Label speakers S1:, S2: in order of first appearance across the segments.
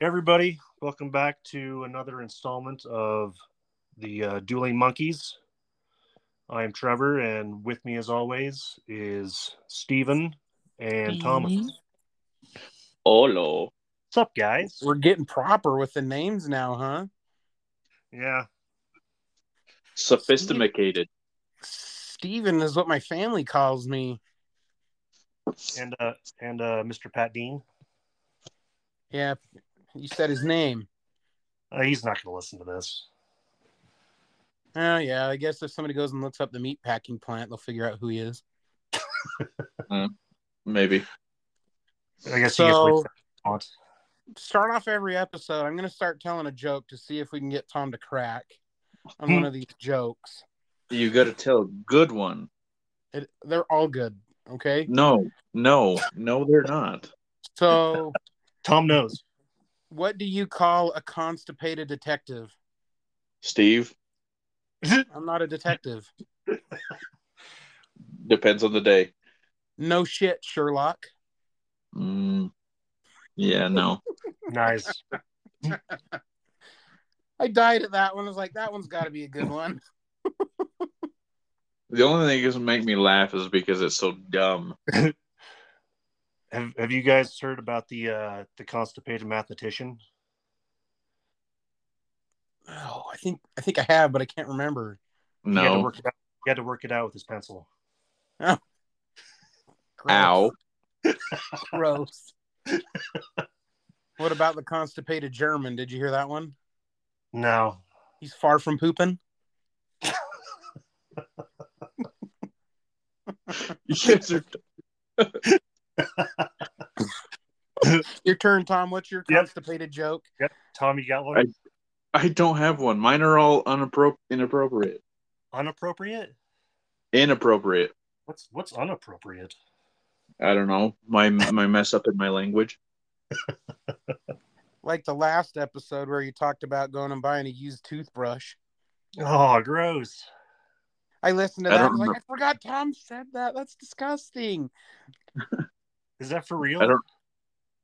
S1: everybody welcome back to another installment of the uh, dueling monkeys i'm trevor and with me as always is steven and thomas
S2: Olo.
S1: what's up guys
S3: We're getting proper with the names now, huh?
S1: yeah
S2: Sophisticated.
S3: Steven is what my family calls me.
S1: and uh and uh mr pat dean
S3: Yeah, you said his name.
S1: uh, he's not gonna listen to this
S3: Oh yeah, I guess if somebody goes and looks up the meat packing plant, they'll figure out who he is.
S2: Maybe.
S1: i guess he just
S3: So
S1: waits for response.
S3: start off every episode. I'm gonna start telling a joke to see if we can get Tom to crack on
S1: Hmm.
S3: one of these jokes.
S2: You got to tell a good one.
S3: It, they're all good. Okay,
S2: No, no, no, they're not.
S3: so
S1: tom knows
S3: what do you call a constipated detective?
S2: Steve,
S3: I'm not a detective.
S2: depends on the day.
S3: No shit, Sherlock.
S2: Mm, yeah, no.
S1: nice
S3: I died at that one. I was like, that one's got to be a good one.
S2: The only thing that's make me laugh is because it's so dumb.
S1: have, have you guys heard about the uh the constipated mathematician
S3: Oh, I think I think I have, but I can't remember.
S1: he had to
S2: No.
S1: work it out, he had to work it out with his pencil
S3: Gross.
S2: Ow.
S3: Gross. what about the constipated German? Did you hear that one?
S1: no
S3: He's far from pooping.
S2: You guys are-
S3: Your turn, Tom. What's your
S1: Yep.
S3: constipated joke?
S1: tom you got one
S2: I- I don't have one. Mine are all unappro- inappropriate.
S1: unappropriate
S2: Inappropriate.
S1: what's what's unappropriate
S2: I don't know. My my mess up in my language.
S3: Like the last episode where you talked about going and buying a used toothbrush.
S1: oh gross
S3: I listened to
S2: I
S3: that. I,
S2: don't
S3: was like, I
S2: remember.
S3: forgot Tom said that. That's disgusting.
S1: Is that for real?
S2: I don't-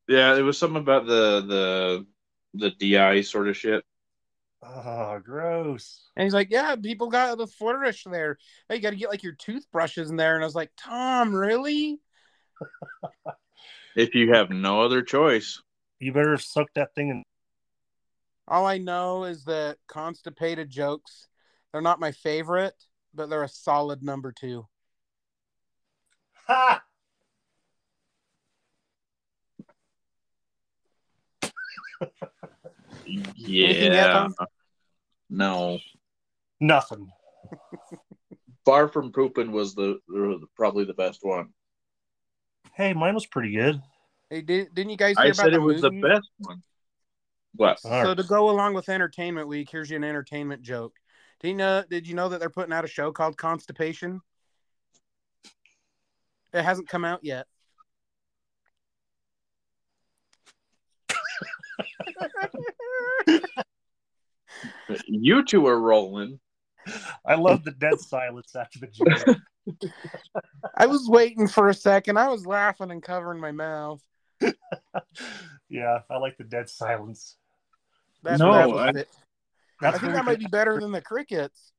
S2: Yeah, it was something about the the the DI sort of shit.
S1: Oh, gross.
S3: And he's like, Yeah, people got the flourish there. Hey, you got to get like your toothbrushes in there. And I was like, Tom, really?
S2: If you have no other choice,
S1: You better suck that thing in.
S3: All I know is that constipated jokes, they're not my favorite, but they're a solid number two.
S1: Ha!
S3: Anything
S2: yeah,
S3: else?
S2: no.
S1: Nothing.
S2: Far from pooping was the, the probably the best one.
S1: Hey, mine was pretty good.
S3: Hey, did, didn't you guys hear
S2: I
S3: about
S2: said
S3: the
S2: it was the
S3: movie?
S2: best one. What?
S1: All
S3: So
S1: right.
S3: to go along with Entertainment Week, here's you an entertainment joke. Do you know? Did you know that they're putting out a show called Constipation? It hasn't come out yet.
S2: You two are rolling.
S1: I love the dead silence after the joke.
S3: I was waiting for a second. I was laughing and covering my mouth.
S1: yeah, I like the dead silence.
S3: That's
S2: No,
S3: what I, was
S2: I-
S3: it. I
S1: That's
S3: think
S1: what
S3: that
S1: we-
S3: might be better than the crickets.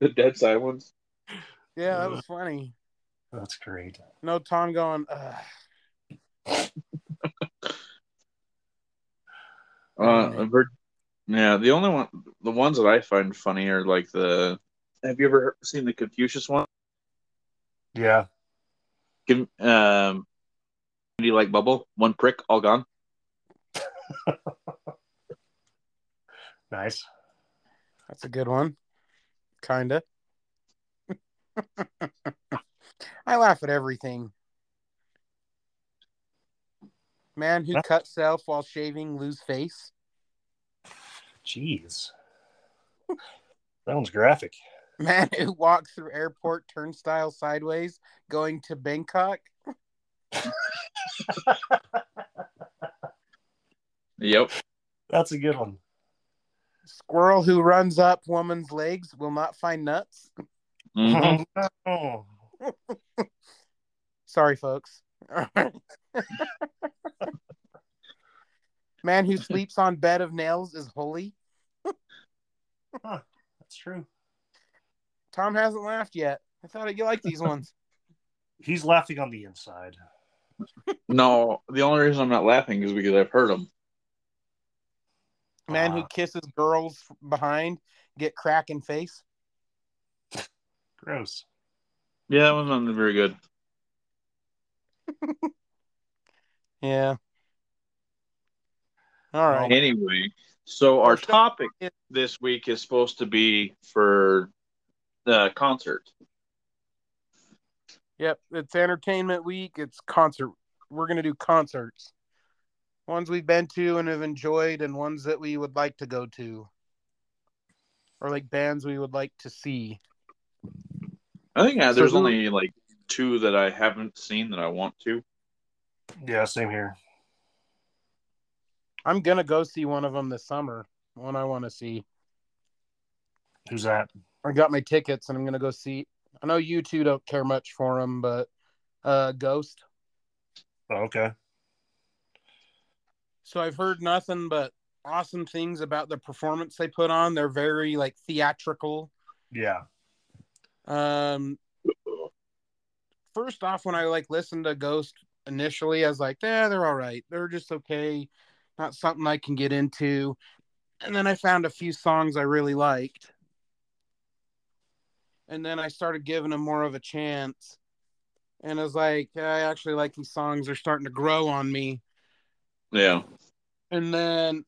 S2: The dead silence.
S3: Yeah, that was funny.
S1: Oh, That's great.
S3: No, Tom going. Ugh.
S2: Uh, Vir- yeah, the only one, the ones that I find funny are like the. Have you ever seen the Confucius one?
S1: Yeah.
S2: Give, um, do you like bubble? One prick, all gone.
S1: Nice.
S3: That's a good one. Kinda. I laugh at everything. Man who
S1: Huh?
S3: cut self while shaving lose face.
S1: Jeez. That one's graphic.
S3: Man who walks through airport turnstile sideways going to Bangkok.
S2: Yep.
S1: That's a good one.
S3: Squirrel who runs up woman's legs will not find nuts.
S2: Mhm.
S1: Oh,
S3: Sorry, folks. Man who sleeps on bed of nails is holy.
S1: that's true.
S3: Tom hasn't laughed yet. I thought you liked these ones.
S1: He's laughing on the inside.
S2: No, the only reason I'm not laughing is because I've heard them.
S3: Man who
S1: Ah,
S3: kisses girls from behind get crack in face.
S1: gross.
S2: Yeah, that was not very good.
S3: Yeah. All right.
S2: Anyway, so our topic this week is supposed to be for the concert.
S3: Yep, it's entertainment week. It's concert. We're gonna do concerts, ones we've been to and have enjoyed, and ones that we would like to go to, or like bands we would like to see.
S2: I think uh,
S3: So
S2: there's
S3: who-
S2: only like two that I haven't seen that I want to.
S1: Yeah, same here.
S3: I'm gonna go see one of them this summer. One I want to see.
S1: Who's that?
S3: I got my tickets, and I'm gonna go see. I know you two don't care much for them, but uh, Ghost.
S1: Oh, okay.
S3: So I've heard nothing but awesome things about the performance they put on. They're very like theatrical.
S1: Yeah.
S3: Um, first off, when I like listened to Ghost initially, I was like, "Yeah, they're all right. They're just okay. Not something I can get into." And then I found a few songs I really liked, and then I started giving them more of a chance. And I was like, "Yeah, "I actually like these songs. They're starting to grow on me."
S2: Yeah.
S3: And then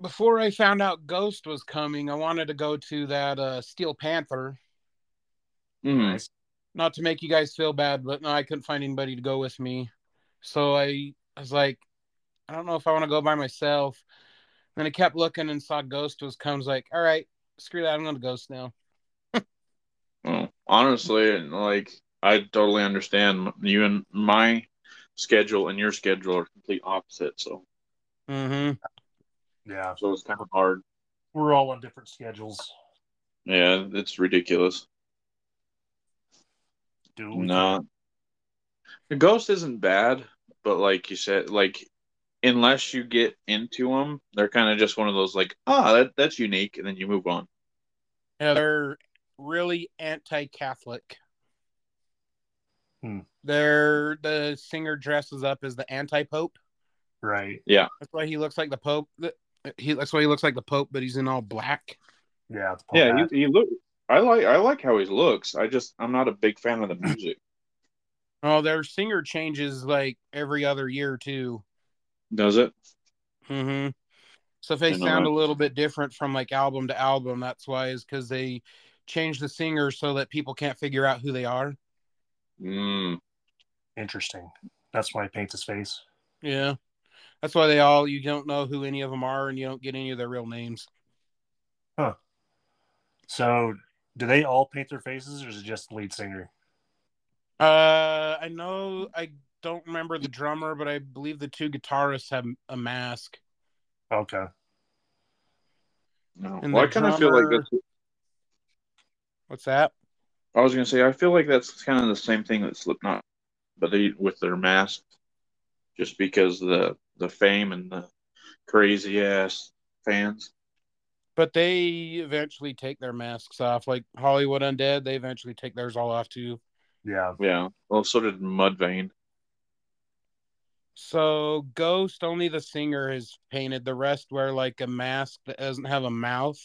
S3: before I found out Ghost was coming, I wanted to go to that uh, Steel Panther.
S2: Mhm.
S3: not to make you guys feel bad, but no, I couldn't find anybody to go with me. So I, I was like, I don't know if I want to go by myself. Then I kept looking and saw Ghost was comes like, all right, screw that, I'm going to Ghost now.
S2: Well, honestly, like I totally understand you and my schedule and your schedule are complete opposite. So,
S3: Mm-hmm.
S1: Yeah.
S2: so it's kind of hard.
S1: We're all on different schedules.
S2: Yeah, it's ridiculous.
S1: Do we-
S2: No. The ghost isn't bad, but like you said, like unless you get into them, they're kind of just one of those like, ah, that, that's unique, and then you move on.
S3: Yeah, they're really anti-Catholic.
S1: Hmm.
S3: They're the singer dresses up as the anti-pope.
S1: Right.
S3: That's why he looks like the pope. He, that's why he looks like the pope, but he's in all black.
S1: Yeah. the
S2: yeah,
S1: punk
S2: he, he look. I like I like how he looks. I just I'm not a big fan of the music.
S3: Oh, their singer changes like every other year too.
S2: Does it?
S3: Mm-hmm. So if they
S2: Didn't know
S3: sound
S2: that.
S3: a little bit different from like album to album, that's why is because they change the singer so that people can't figure out who they are.
S2: Mm.
S1: Interesting. That's why I paint his face.
S3: Yeah, that's why they all you don't know who any of them are, and you don't get any of their real names.
S1: So, do they all paint their faces, or is it just the lead singer?
S3: Uh, I know I don't remember the drummer, but I believe the two guitarists have a mask.
S1: Okay.
S2: No.
S3: And
S2: Well, I
S3: the
S2: kind of feel like
S3: drummer-
S2: that's.
S3: What's that?
S2: I was gonna say I feel like that's kind of the same thing that Slipknot, but they with their mask, just because of the the fame and the crazy ass fans.
S3: But they eventually take their masks off, like Hollywood Undead. They eventually take theirs all off too.
S1: Yeah.
S2: Yeah. Well, so did Mudvayne.
S3: So Ghost, only the singer is painted. The rest wear like a mask that doesn't have a mouth,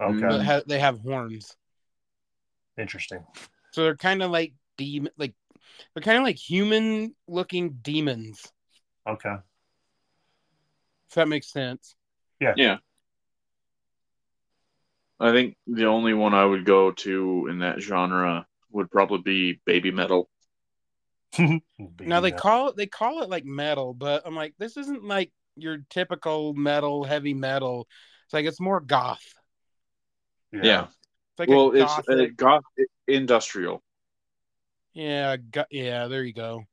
S1: Okay.
S2: Mm.
S3: but ha- they have horns.
S1: Interesting.
S3: So they're kind of like demon, like they're kind of like human-looking demons.
S1: Okay.
S3: If that makes sense.
S2: I think the only one I would go to in that genre would probably be baby metal.
S3: Now they call it they call it like metal, but I'm like, this isn't like your typical metal, heavy metal. It's like it's more goth.
S2: Yeah.
S3: It's like
S2: well,
S3: a
S2: it's
S3: gothic.
S2: uh, goth industrial.
S3: Yeah, go- yeah, there you go.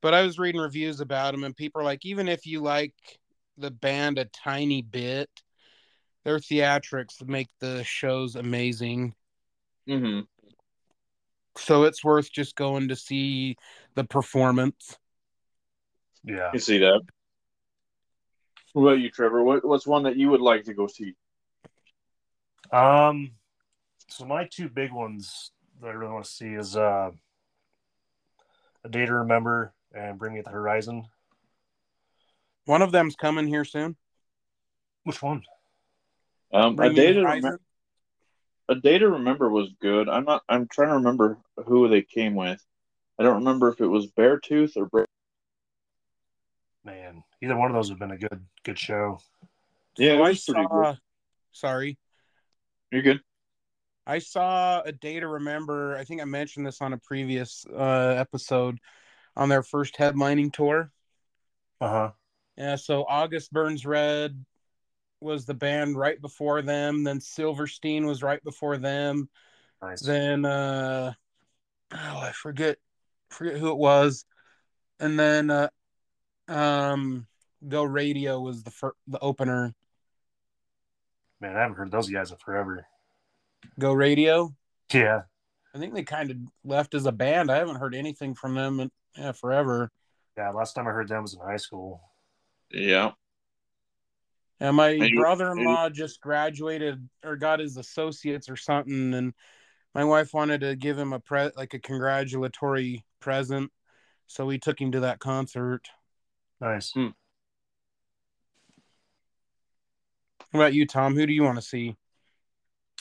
S3: But I was reading reviews about them, and people are like, even if you like the band a tiny bit. Their theatrics make the shows amazing.
S2: hmm
S3: So it's worth just going to see the performance.
S1: Yeah.
S2: You see that. What about you, Trevor? What, what's one that you would like to go see?
S1: Um, so my two big ones that I really want to see is uh, a day to remember and bring me the horizon.
S3: One of them's coming here soon.
S1: Which one?
S2: Um, a
S3: Bring Me
S2: day
S3: the
S2: to
S3: Horizon.
S2: remember. A day to remember was good. I'm not. I'm trying to remember who they came with. I don't remember if it was Beartooth or. Bra-
S1: Man, either one of those have been a good good show.
S2: yeah, it
S3: I
S2: was pretty good.
S3: saw, sorry,
S2: You're good.
S3: I saw a day to remember. I think I mentioned this on a previous uh, episode on their first headlining tour.
S1: Uh huh.
S3: Yeah, so August Burns Red was the band right before them. Then Silverstein was right before them.
S1: Nice.
S3: Then uh, oh, I forget, forget who it was. And then uh, um, Go Radio was the fir- the opener.
S1: Man, I haven't heard those guys in forever.
S3: Go Radio.
S1: Yeah.
S3: I think they kind of left as a band. I haven't heard anything from them in yeah, forever.
S1: Yeah. Last time I heard them was in high school.
S2: Yeah.
S3: And my
S2: you-
S3: brother-in-law just graduated or got his associates or something, and my wife wanted to give him a pre like a congratulatory present, so we took him to that concert.
S1: Nice.
S3: What about you, Tom? Who do you want to see?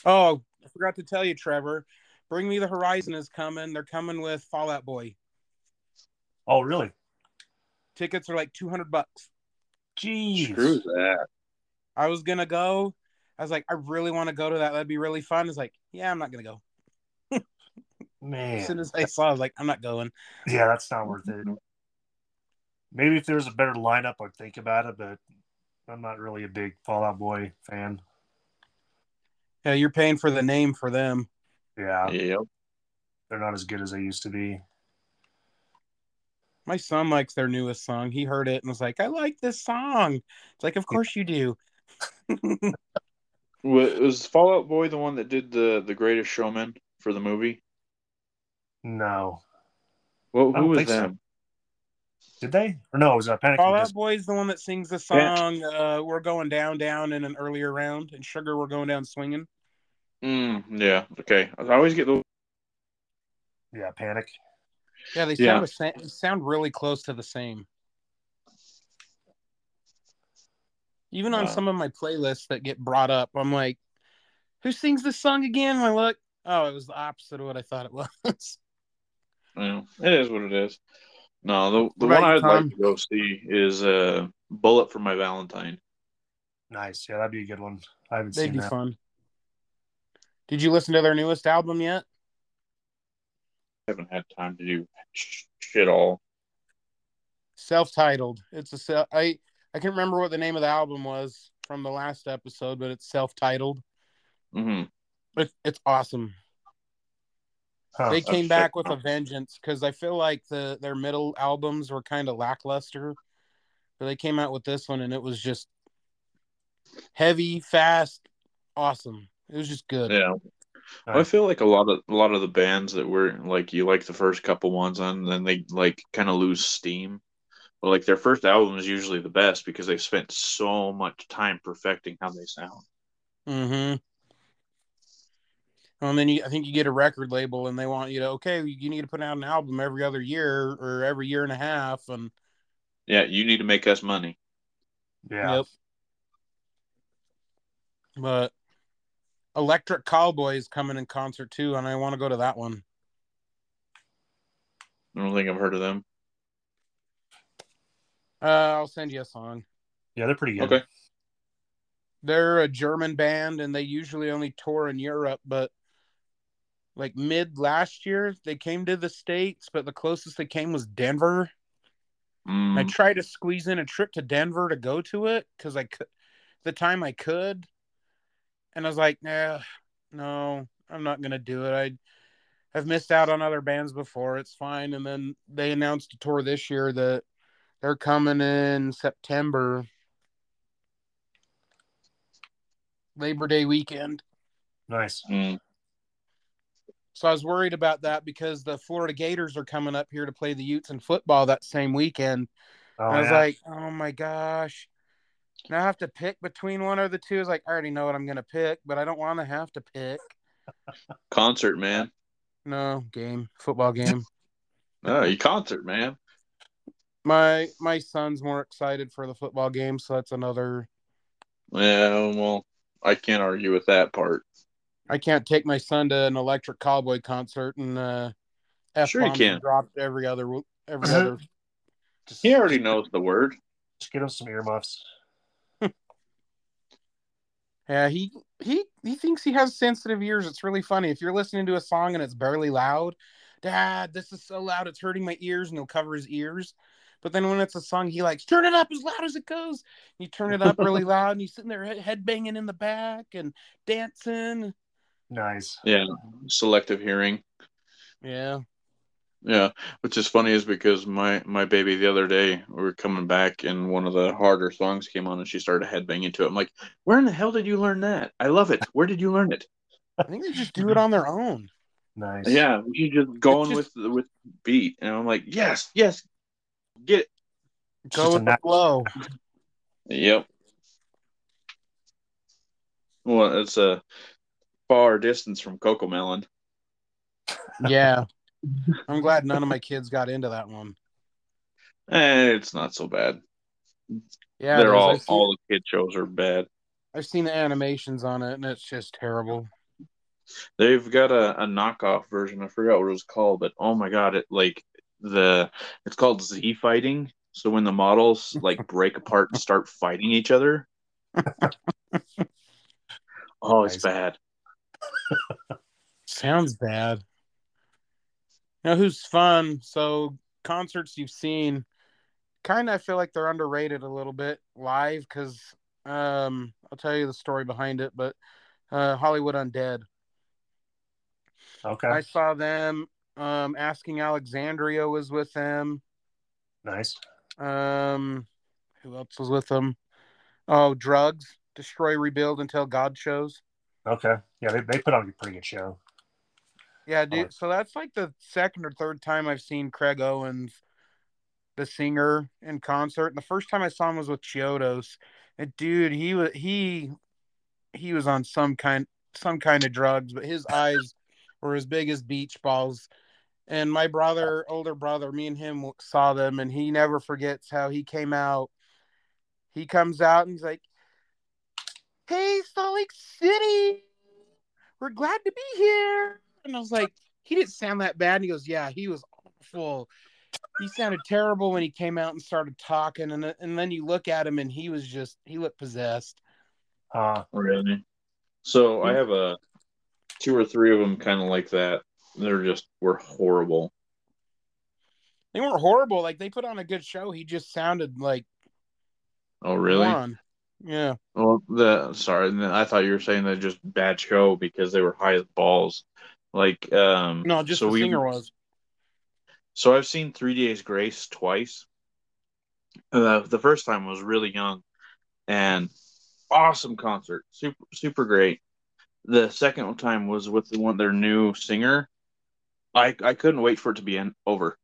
S3: Oh, I forgot to tell you, Trevor. Bring Me the Horizon is coming. They're coming with Fallout Boy.
S1: Oh, really?
S3: Tickets are like two hundred bucks.
S1: Jeez.
S2: Screw that.
S3: I was gonna go. I was like, I really want to go to that. That'd be really fun. It's like, yeah, I'm not gonna go. As soon
S1: Man.
S3: as I saw, I was like, I'm not going.
S1: Yeah, that's not worth it.
S3: Mm-hmm.
S1: Maybe if there was a better lineup, I'd think about it, but I'm not really a big Fallout Boy fan.
S3: Yeah, you're paying for the name for them.
S1: Yeah.
S2: Yep.
S1: They're not as good as they used to be.
S3: My son likes their newest song. He heard it and was like, I like this song. It's like, of course you do.
S2: Wa- Was Fallout Boy the one that did the the Greatest Showman for the movie?
S1: No.
S2: Well,
S1: I don't
S2: who was
S1: think so.
S2: them?
S1: Did they? Or no, it was a Panic! at the
S3: Fallout
S1: Disco.
S3: Boy's the one that sings the
S2: Yeah.
S3: song. Uh, we're going down, down in an earlier round, and Sugar, we're going down swinging.
S2: Mm, yeah. Okay. I always get the.
S1: Yeah, Panic.
S3: Yeah, they
S2: Yeah.
S3: sound the sa- sound really close to the same. Even on
S2: Wow.
S3: some of my playlists that get brought up, I'm like, who sings this song again? And I look, oh, it was the opposite of what I thought it was.
S2: Yeah, it is what it is. No, the the
S3: What about
S2: one
S3: you,
S2: I'd
S3: Tom?
S2: like to go see is uh, Bullet for My Valentine.
S1: Nice. Yeah, that'd be a good one. I haven't
S3: They'd
S1: seen
S3: be
S1: that.
S3: fun. Did you listen to their newest album yet?
S2: I haven't had time to do sh- shit all.
S3: Self-titled. It's a se- I I can't remember what the name of the album was from the last episode, but it's self-titled.
S2: hmm
S3: It's it's awesome.
S1: Huh.
S3: they
S2: Oh, that's
S3: came back
S2: sick.
S3: with a vengeance because I feel like the their middle albums were kind of lackluster, but they came out with this one and it was just heavy, fast, awesome. It was just good.
S2: Yeah,
S1: Nice.
S2: I feel like a lot of a lot of the bands that were like you like the first couple ones on, then they like kind of lose steam. But like their first album is usually the best because they spent so much time perfecting how they sound.
S3: Mm-hmm. And then you, I think you get a record label and they want you to okay, you need to put out an album every other year or every year and a half, and
S2: Yeah, you need to make us money.
S1: yeah.
S3: Yep. But Electric Cowboy is coming in concert too, and I want to go to that one.
S2: I don't think I've heard of them.
S3: Uh, I'll send you a song.
S1: Yeah, they're pretty good.
S2: Okay.
S3: They're a German band, and they usually only tour in Europe. But like mid last year, they came to the states, but the closest they came was Denver. I
S2: Mm,
S3: tried to squeeze in a trip to Denver to go to it because I could, the time I could, and I was like, nah, no, I'm not gonna do it. I, I've missed out on other bands before. It's fine. And then they announced a tour this year that they're coming in September, Labor Day weekend.
S1: Nice.
S2: Mm.
S3: So I was worried about that because the Florida Gators are coming up here to play the Utes in football that same weekend.
S1: Oh,
S3: And I was
S1: yeah.
S3: like, oh my gosh. Now I have to pick between one or the two. It's like, I already know what I'm going to pick, but I don't want to have to pick.
S2: Concert, man.
S3: No, game, football game.
S2: Oh, you concert, man.
S3: my my son's more excited for the football game, so that's another
S2: Yeah, well, I can't argue with that part.
S3: I can't take my son to an electric cowboy concert and uh F
S2: Sure you can.
S3: dropped every other every other
S1: just,
S2: He already knows the word.
S1: Just get him some earmuffs.
S3: Yeah, he he he thinks he has sensitive ears. It's really funny. If you're listening to a song and it's barely loud, Dad, this is so loud, it's hurting my ears, and he'll cover his ears. But then when it's a song, he likes turn it up as loud as it goes. You turn it up really loud, and he's sitting there he- head banging in the back and dancing.
S1: Nice.
S2: Yeah, selective hearing.
S3: Yeah,
S2: Yeah, which is funny is because my my baby the other day we were coming back and one of the harder songs came on and she started headbanging to it. I'm like, where in the hell did you learn that? I love it. Where did you learn it?
S3: I think they just do it on their own.
S1: Nice.
S2: Yeah, you just going
S3: It's
S2: with with beat, and I'm like, yes, yes, get it.
S1: It's just
S3: Go
S1: a
S3: with the
S1: nat-
S3: flow.
S2: Yep. Well, it's a far distance from Coco Melon.
S3: Yeah, I'm glad none of my kids got into that one.
S2: Eh, it's not so bad. They're
S3: Yeah, there's-
S2: all
S3: I've seen-
S2: all the kid shows are bad.
S3: I've seen the animations on it, and it's just terrible.
S2: They've got a, a knockoff version. I forgot what it was called, but oh my god, it like the it's called Z fighting. So when the models like break apart and start fighting each other. oh, it's
S1: Nice.
S2: bad.
S3: Sounds bad. Now, who's fun? So, concerts you've seen, kind of feel like they're underrated a little bit live because um, I'll tell you the story behind it, but uh, Hollywood Undead.
S1: Okay.
S3: I saw them. Um, Asking Alexandria was with them.
S1: Nice.
S3: Um, who else was with them? Oh, Drugs. Destroy, Rebuild Until God Shows.
S1: Okay. Yeah, they, they put on a pretty good show.
S3: Yeah, dude.
S1: Alright.
S3: So that's like the second or third time I've seen Craig Owens, the singer, in concert. And the first time I saw him was with Chiodos. And dude, he was he he was on some kind some kind of drugs, but his eyes were as big as beach balls. And my brother, older brother, me and him saw them, and he never forgets how he came out. He comes out and he's like, "Hey, Salt Lake City, we're glad to be here." And I was like, "He didn't sound that bad." And he goes, "Yeah, he was awful. He sounded terrible when he came out and started talking." And th- and then you look at him, and he was just he looked possessed.
S1: Uh,
S2: Really? So I have a two or three of them kind of like that. They're just were horrible.
S3: They weren't horrible. Like they put on a good show. He just sounded like
S2: Oh, really?
S3: moron. Yeah.
S2: Well, the sorry, and then I thought you were saying they're just bad show because they were high as balls. Like, um,
S3: No, just
S2: so
S3: the
S2: we-
S3: singer was.
S2: So I've seen Three Days Grace twice. Uh, the first time was really young, and awesome concert, super super great. The second time was with the one their new singer. I I couldn't wait for it to be in, over,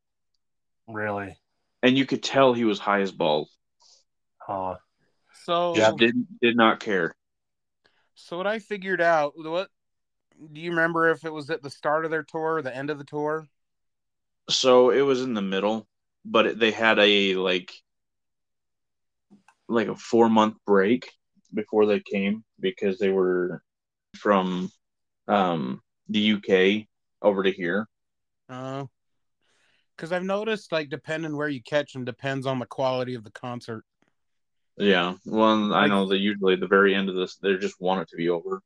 S1: really.
S2: and you could tell he was high as balls.
S1: Uh,
S3: So
S2: Just didn't did not care.
S3: so what I figured out what do you remember if it was at the start of their tour or the end of the tour?
S2: So it was in the middle, but it, they had a like like a four month break before they came because they were from um, the UK over to here.
S3: Uh because I've noticed like depending where you catch them depends on the quality of the concert.
S2: Yeah, well, I
S3: Like-
S2: know that usually at the very end of this, they just want it to be over.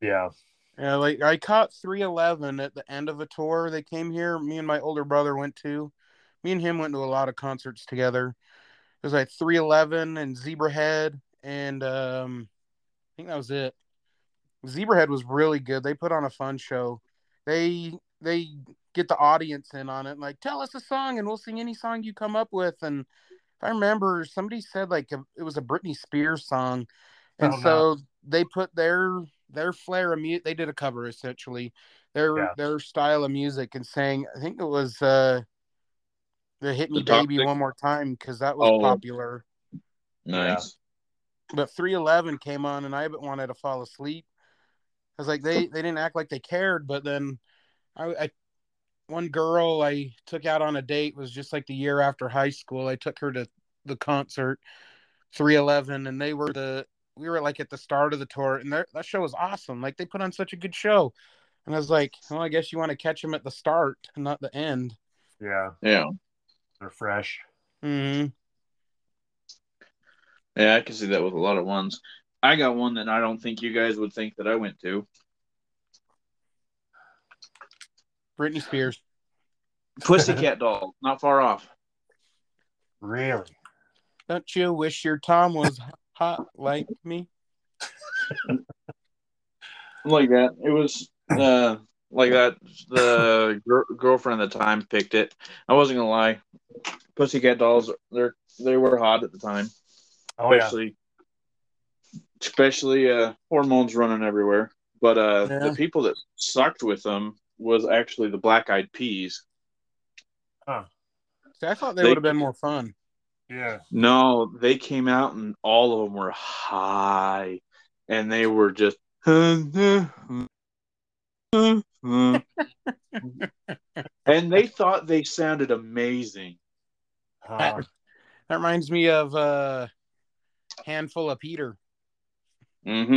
S1: yeah.
S3: Yeah, like I caught 311 at the end of a tour. They came here. Me and my older brother went to. Me and him went to a lot of concerts together. It was like 311 and Zebrahead, and um, I think that was it. Zebrahead was really good. They put on a fun show. They they get the audience in on it, like tell us a song, and we'll sing any song you come up with. And if I remember, somebody said like it was a Britney Spears song, and
S1: Oh, no.
S3: so they put their their flair of music. They did a cover essentially, their
S1: Yeah.
S3: their style of music and sang. I think it was uh, the "Hit Me
S2: The Top
S3: Baby"
S2: Six?
S3: one more time because that was
S2: Oh.
S3: popular.
S2: Nice.
S3: But 311 came on, and I wanted to fall asleep. I was like, they they didn't act like they cared, but then I, I one girl I took out on a date was just like the year after high school. I took her to the concert 311, and they were the we were like at the start of the tour, and their- that show was awesome. Like they put on such a good show, and I was like, well, I guess you want to catch them at the start and not the end.
S1: Yeah,
S2: Yeah.
S1: they're fresh.
S3: hmm
S2: Yeah, I can see that with a lot of ones. I got one that I don't think you guys would think that I went to.
S3: Britney Spears.
S2: Pussycat Doll, not far off.
S1: Really?
S3: Don't you wish your Tom was hot like me?
S2: Like that. It was uh like that the gir- girlfriend at the time picked it. I wasn't going to lie. Pussycat Dolls they're they were hot at the time.
S1: Oh yeah.
S2: especially especially uh hormones running everywhere. But uh
S3: Yeah.
S2: the people that sucked with them was actually the black eyed peas.
S3: See, I thought they,
S2: They-
S3: would have been more fun.
S1: Yeah.
S2: No, they came out and all of them were high, and they were just. and Mm-hmm. they thought they sounded amazing.
S1: Huh.
S3: That reminds me of uh handful of Peter.
S2: Mm-hmm.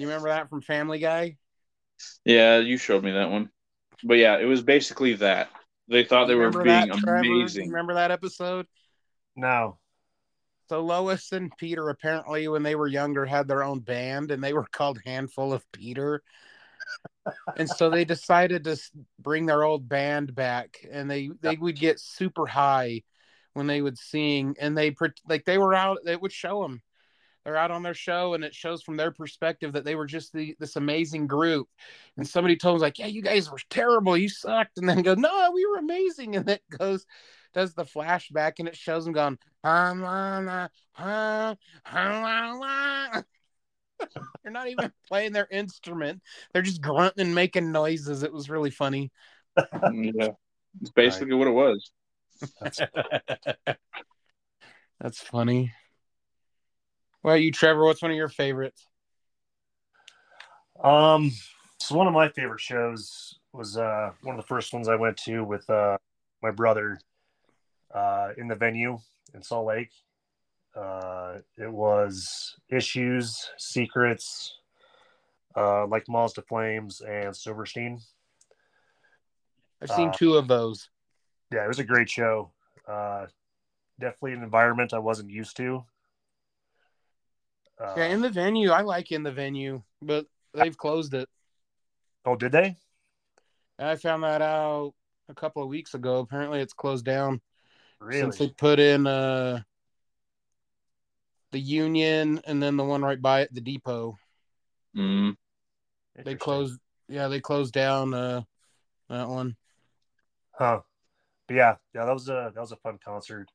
S3: You remember that from Family Guy?
S2: Yeah, you showed me that one. But yeah, it was basically that. They thought they
S3: You
S2: were
S3: remember
S2: being
S3: that, Trevor?
S2: amazing.
S3: Remember that episode?
S1: no.
S3: So Lois and Peter apparently when they were younger had their own band and they were called Handful of Peter. and so they decided to s- bring their old band back and they they would get super high when they would sing and they pre- like they were out they would show them they're out on their show and it shows from their perspective that they were just the, this amazing group and somebody told them like yeah you guys were terrible you sucked and then go no we were amazing and it goes does the flashback and it shows them going "Ah, la, la, ah, ah, la, la." they're not even playing their instrument they're just grunting and making noises it was really funny
S2: Mm, Yeah, it's basically what it was.
S3: that's funny well you trevor what's one of your favorites
S1: Um, so one of my favorite shows was uh, one of the first ones I went to with uh, my brother uh, in the venue in Salt Lake. Uh, it was Issues, Secrets, uh, like Miles to Flames, and Silverstein.
S3: i've seen
S1: Uh,
S3: two of those
S1: Yeah, it was a great show. Uh, definitely an environment I wasn't used to. Uh,
S3: yeah in the venue i like in the venue but they've closed it
S1: oh, did they?
S3: i found that out a couple of weeks ago apparently it's closed down since they
S1: Really?
S3: put in uh the union and then the one right by it the depot
S2: Mm.
S3: they
S1: Interesting.
S3: closed yeah they closed down uh that one
S1: Huh. But yeah, yeah, that was a that was a fun concert.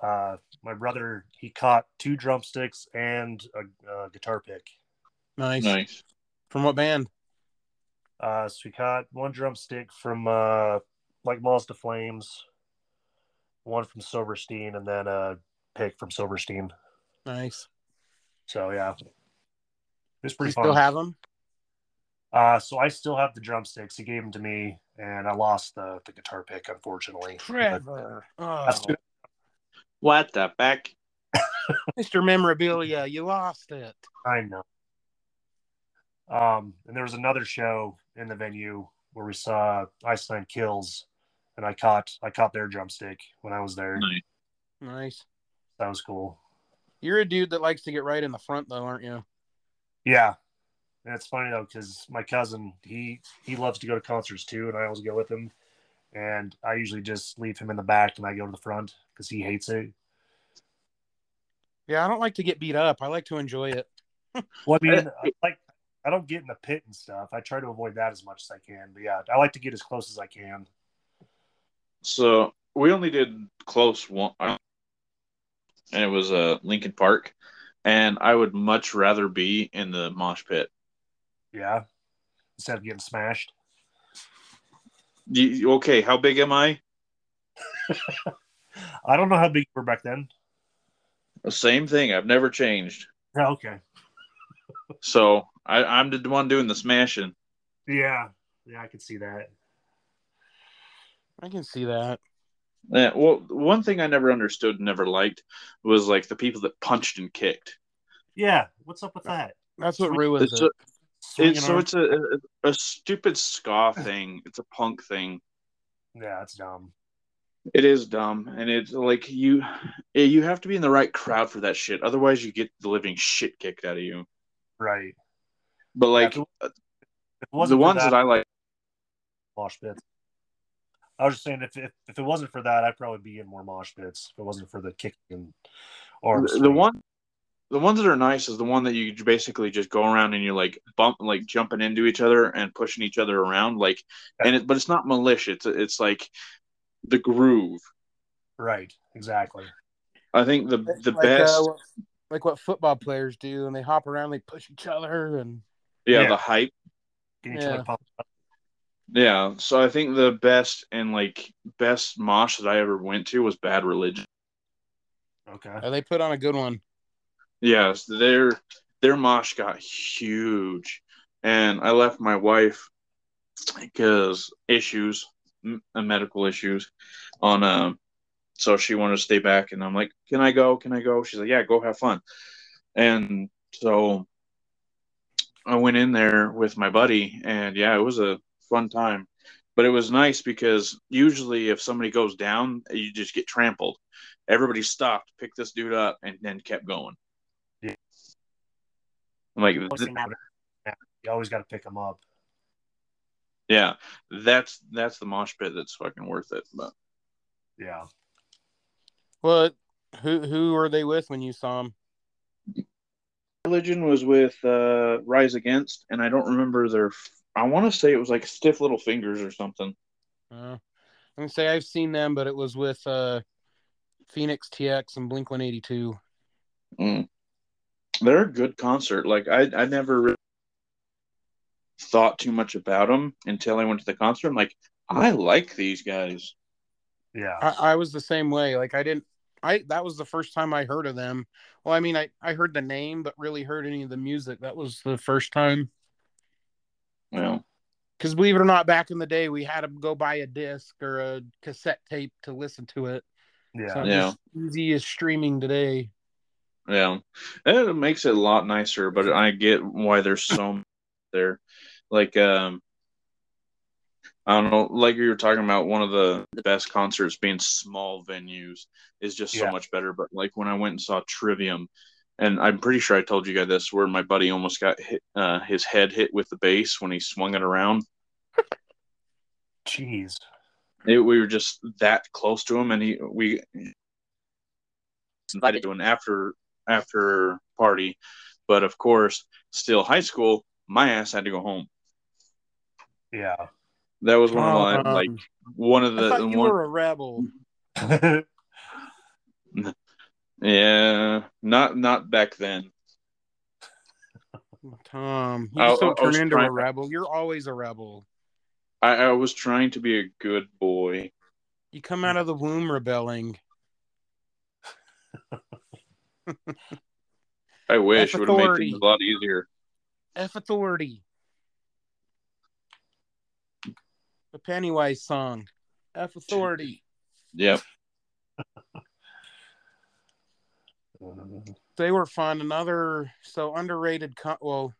S1: Uh, my brother he caught two drumsticks and a, a guitar pick.
S3: nice.
S2: Nice.
S3: from what band
S1: Uh, so he caught one drumstick from uh, like Moths to Flames, one from Silverstein, and then a pick from Silverstein.
S3: nice
S1: So yeah, it was
S3: you
S1: pretty
S3: still
S1: fun.
S3: have them
S1: uh, so I still have the drumsticks. He gave them to me, and I lost the the guitar pick unfortunately.
S3: trevor oh,
S1: That's good.
S2: What the heck?
S3: mr memorabilia you lost it
S1: I know. Um, and there was another show in the venue where we saw Iceland Kills, and I caught I caught their drumstick when I was there.
S2: Nice.
S3: nice
S1: That was cool.
S3: you're a dude that likes to get right in the front though aren't you
S1: Yeah, and it's funny though because my cousin he he loves to go to concerts too, and I always go with him. And I usually just leave him in the back, and I go to the front because he hates it.
S3: yeah i don't like to get beat up i like to enjoy it
S1: Well, I mean, I like I don't get in the pit and stuff. I try to avoid that as much as I can. But yeah, I like to get as close as I can.
S2: So we only did close one, and it was uh Lincoln Park, And I would much rather be in the mosh pit.
S1: Yeah. Instead of getting smashed.
S2: You, okay, how big am I?
S1: I don't know how big you were back then.
S2: The same thing. I've never changed.
S1: Yeah, okay.
S2: So I, I'm the one doing the smashing.
S1: Yeah. Yeah, I can see that.
S3: I can see that.
S2: Yeah, Eh, well, one thing I never understood, and never liked, was like the people that punched and kicked.
S1: Yeah. What's up with that?
S3: That's what Rue is.
S2: It's
S3: it.
S1: Swinging
S2: It's, so
S1: arm-
S2: it's a, a stupid ska thing. It's a punk thing.
S1: Yeah, it's dumb.
S2: It is dumb, and it's like you eh, you have to be in the right crowd for that shit. Otherwise, you get the living shit kicked out of you.
S1: Right.
S2: But like uh,
S1: Yeah, If it
S2: the
S1: wasn't for
S2: ones that, I like,
S1: mosh pits. I was just saying, if, if if it wasn't for that, I'd probably be in more mosh pits. If it wasn't for the kicking and arms,
S2: the, the one the ones that are nice is the one that you basically just go around and you're like bump like jumping into each other and pushing each other around like and it but it's not militia. It's it's like the groove.
S1: right? Exactly.
S2: I think the the
S3: like,
S2: best
S3: uh, what- like what football players do, and they hop around, they push each other, and
S2: yeah,
S1: yeah.
S2: the hype.
S1: Getting each other
S3: Yeah.
S1: pumped up.
S2: Yeah, so I think the best and like best mosh that I ever went to was Bad Religion.
S1: Okay.
S3: uh, they put on a good one.
S2: Yes, their their mosh got huge, and I left my wife because issues, m- uh, medical issues, on um. So she wanted to stay back, and I'm like, "Can I go? Can I go?" She's like, "Yeah, go have fun." And so I went in there with my buddy, and yeah, it was a fun time. But it was nice because usually if somebody goes down, you just get trampled. Everybody stopped, picked this dude up, and then kept going. I'm like,
S1: Always
S2: th-
S1: think about it. You always got to pick them up.
S2: yeah, that's that's the mosh pit that's fucking worth it. But
S1: Yeah.
S3: Well, who who were they with when you saw them?
S2: religion was with uh, Rise Against, and I don't remember their. f- I want to say it was like Stiff Little Fingers or something.
S3: Uh, I'm gonna say I've seen them, but it was with uh, Phoenix TX and Blink 182.
S2: Mm. They're a good concert. Like I, I never re- thought too much about them until I went to the concert. I'm like, I like these guys.
S1: Yeah.
S3: I, I was the same way. Like I didn't. I that was the first time I heard of them. Well, I mean, I I heard the name, but really heard any of the music. That was the first time.
S2: Well,
S3: Because believe it or not, back in the day, we had to go buy a disc or a cassette tape to listen to it.
S1: yeah.
S3: So
S2: Yeah.
S3: it's easy as streaming today.
S2: yeah, it makes it a lot nicer. But I get why there's so m- there. Like, um, I don't know. Like you were talking about, one of the best concerts being small venues is just so
S1: Yeah.
S2: much better. But like when I went and saw Trivium, and I'm pretty sure I told you guys this, where my buddy almost got hit, uh, his head hit with the bass when he swung it around.
S1: Jeez.
S2: It, we were just that close to him, and he we invited to an after after party, but of course, still high school. My ass had to go home.
S1: Yeah.
S2: That was one of my
S3: Um,
S2: like one of
S3: I
S2: the
S3: thought you
S2: one,
S3: were a rebel.
S2: yeah not not back then.
S3: Tom, you
S2: I-
S3: just don't
S2: I- I
S3: turn
S2: was
S3: into a
S2: trying-
S3: rebel. You're always a rebel.
S2: I, I was trying to be a good boy.
S3: You come out of the womb rebelling.
S2: I wish it
S3: That's
S2: would have made
S3: authority.
S2: things a lot easier.
S3: F authority. The Pennywise song. F authority.
S2: Yep.
S3: They were fun. Another so underrated. Co- well,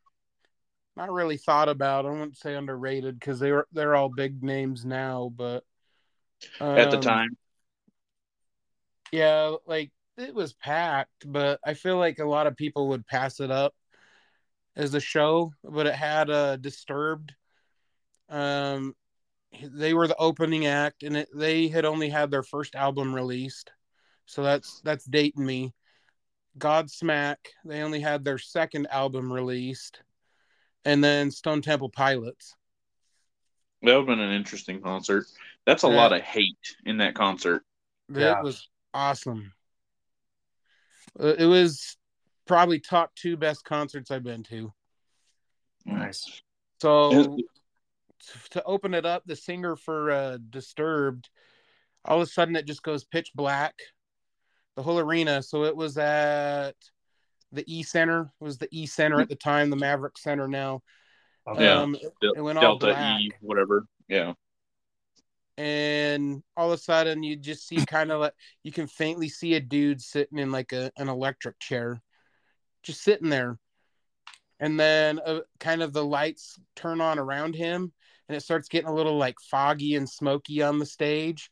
S3: not really thought about. I wouldn't say underrated because they were they're all big names now, but
S2: At the
S3: um,
S2: time,
S3: Yeah, like it was packed, but I feel like a lot of people would pass it up as a show, but it had uh disturbed um they were the opening act and it, they had only had their first album released. So that's that's dating me. Godsmack, they only had their second album released. And then Stone Temple Pilots.
S2: that would have been an interesting concert. That's a
S3: Yeah.
S2: lot of hate in that concert.
S3: It
S1: Yeah.
S3: was awesome. Uh, It was probably top two best concerts I've been to.
S1: Nice.
S3: So
S2: Yeah.
S3: to open it up, the singer for uh, Disturbed, all of a sudden it just goes pitch black, the whole arena. So it was at the E Center. It was the E Center at the time, the Maverick Center now.
S1: Okay.
S2: Yeah.
S3: Um, it,
S2: Del-
S3: it went all
S2: Delta
S3: black,
S2: E, whatever. Yeah.
S3: and all of a sudden you just see kind of like you can faintly see a dude sitting in like a, an electric chair, just sitting there. And then uh, kind of the lights turn on around him, and it starts getting a little like foggy and smoky on the stage.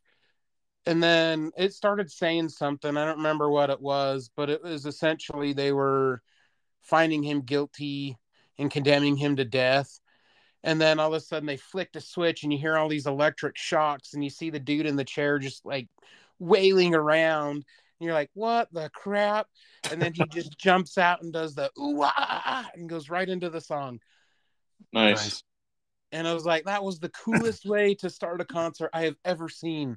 S3: And then it started saying something. I don't remember what it was, but it was essentially they were finding him guilty and condemning him to death. And then all of a sudden they flicked a switch and you hear all these electric shocks and you see the dude in the chair just like wailing around. And you're like, what the crap? And then he just jumps out and does the ooh ah, ah, ah, and goes right into the song.
S2: Nice.
S3: And I was like, that was the coolest way to start a concert I have ever seen.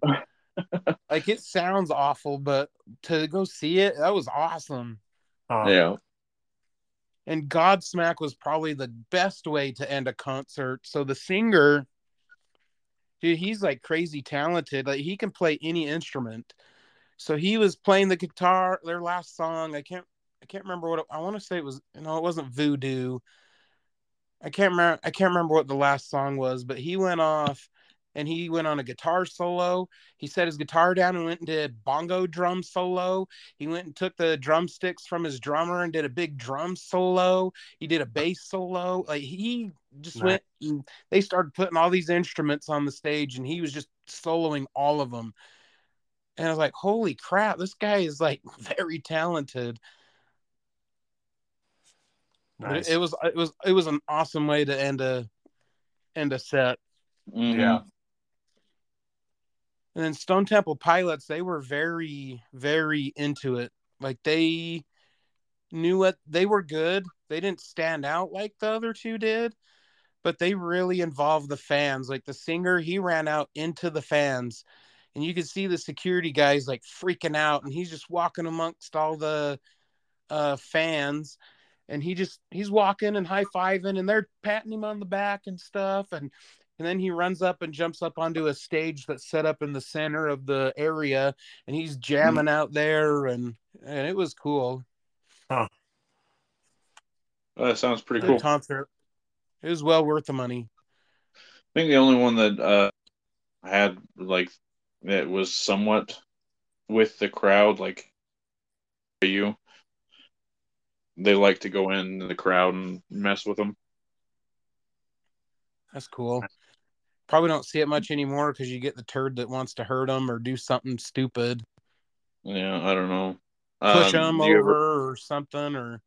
S3: like it sounds awful, but to go see it, that was awesome.
S1: Huh.
S2: Yeah.
S3: and Godsmack was probably the best way to end a concert. So the singer, dude, he's like crazy talented. Like he can play any instrument. So he was playing the guitar. Their last song, I can't, I can't remember what it, I want to say. It was no, it wasn't Voodoo. I can't remember. I can't remember what the last song was, but he went off and he went on a guitar solo. He set his guitar down and went and did bongo drum solo. He went and took the drumsticks from his drummer and did a big drum solo. He did a bass solo. Like he just
S1: Nice.
S3: went and they started putting all these instruments on the stage and he was just soloing all of them. And I was like, holy crap, this guy is like very talented. But
S1: Nice.
S3: it, it was it was it was an awesome way to end a end a set.
S2: Mhm.
S1: Yeah.
S3: Mm-hmm. And then Stone Temple Pilots, they were very, very into it. Like they knew what they were good. They didn't stand out like the other two did, but they really involved the fans. Like the singer, he ran out into the fans, and you could see the security guys like freaking out, and he's just walking amongst all the uh, fans, and he just he's walking and high fiving, and they're patting him on the back and stuff, and and then he runs up and jumps up onto a stage that's set up in the center of the area, and he's
S2: Hmm.
S3: jamming out there, and and it was cool.
S2: Well, Oh, that sounds pretty
S3: The
S2: cool. I
S3: concert, it was well worth the money.
S2: think the only one that uh, I had like that was somewhat with the crowd, like you, they like to go in the crowd and mess with them.
S3: That's cool. Probably don't see it much anymore because you get the turd that wants to hurt them or do something stupid,
S2: Yeah, I don't know.
S3: push
S2: Um,
S3: them
S2: do you
S3: over
S2: ever-
S3: or something, or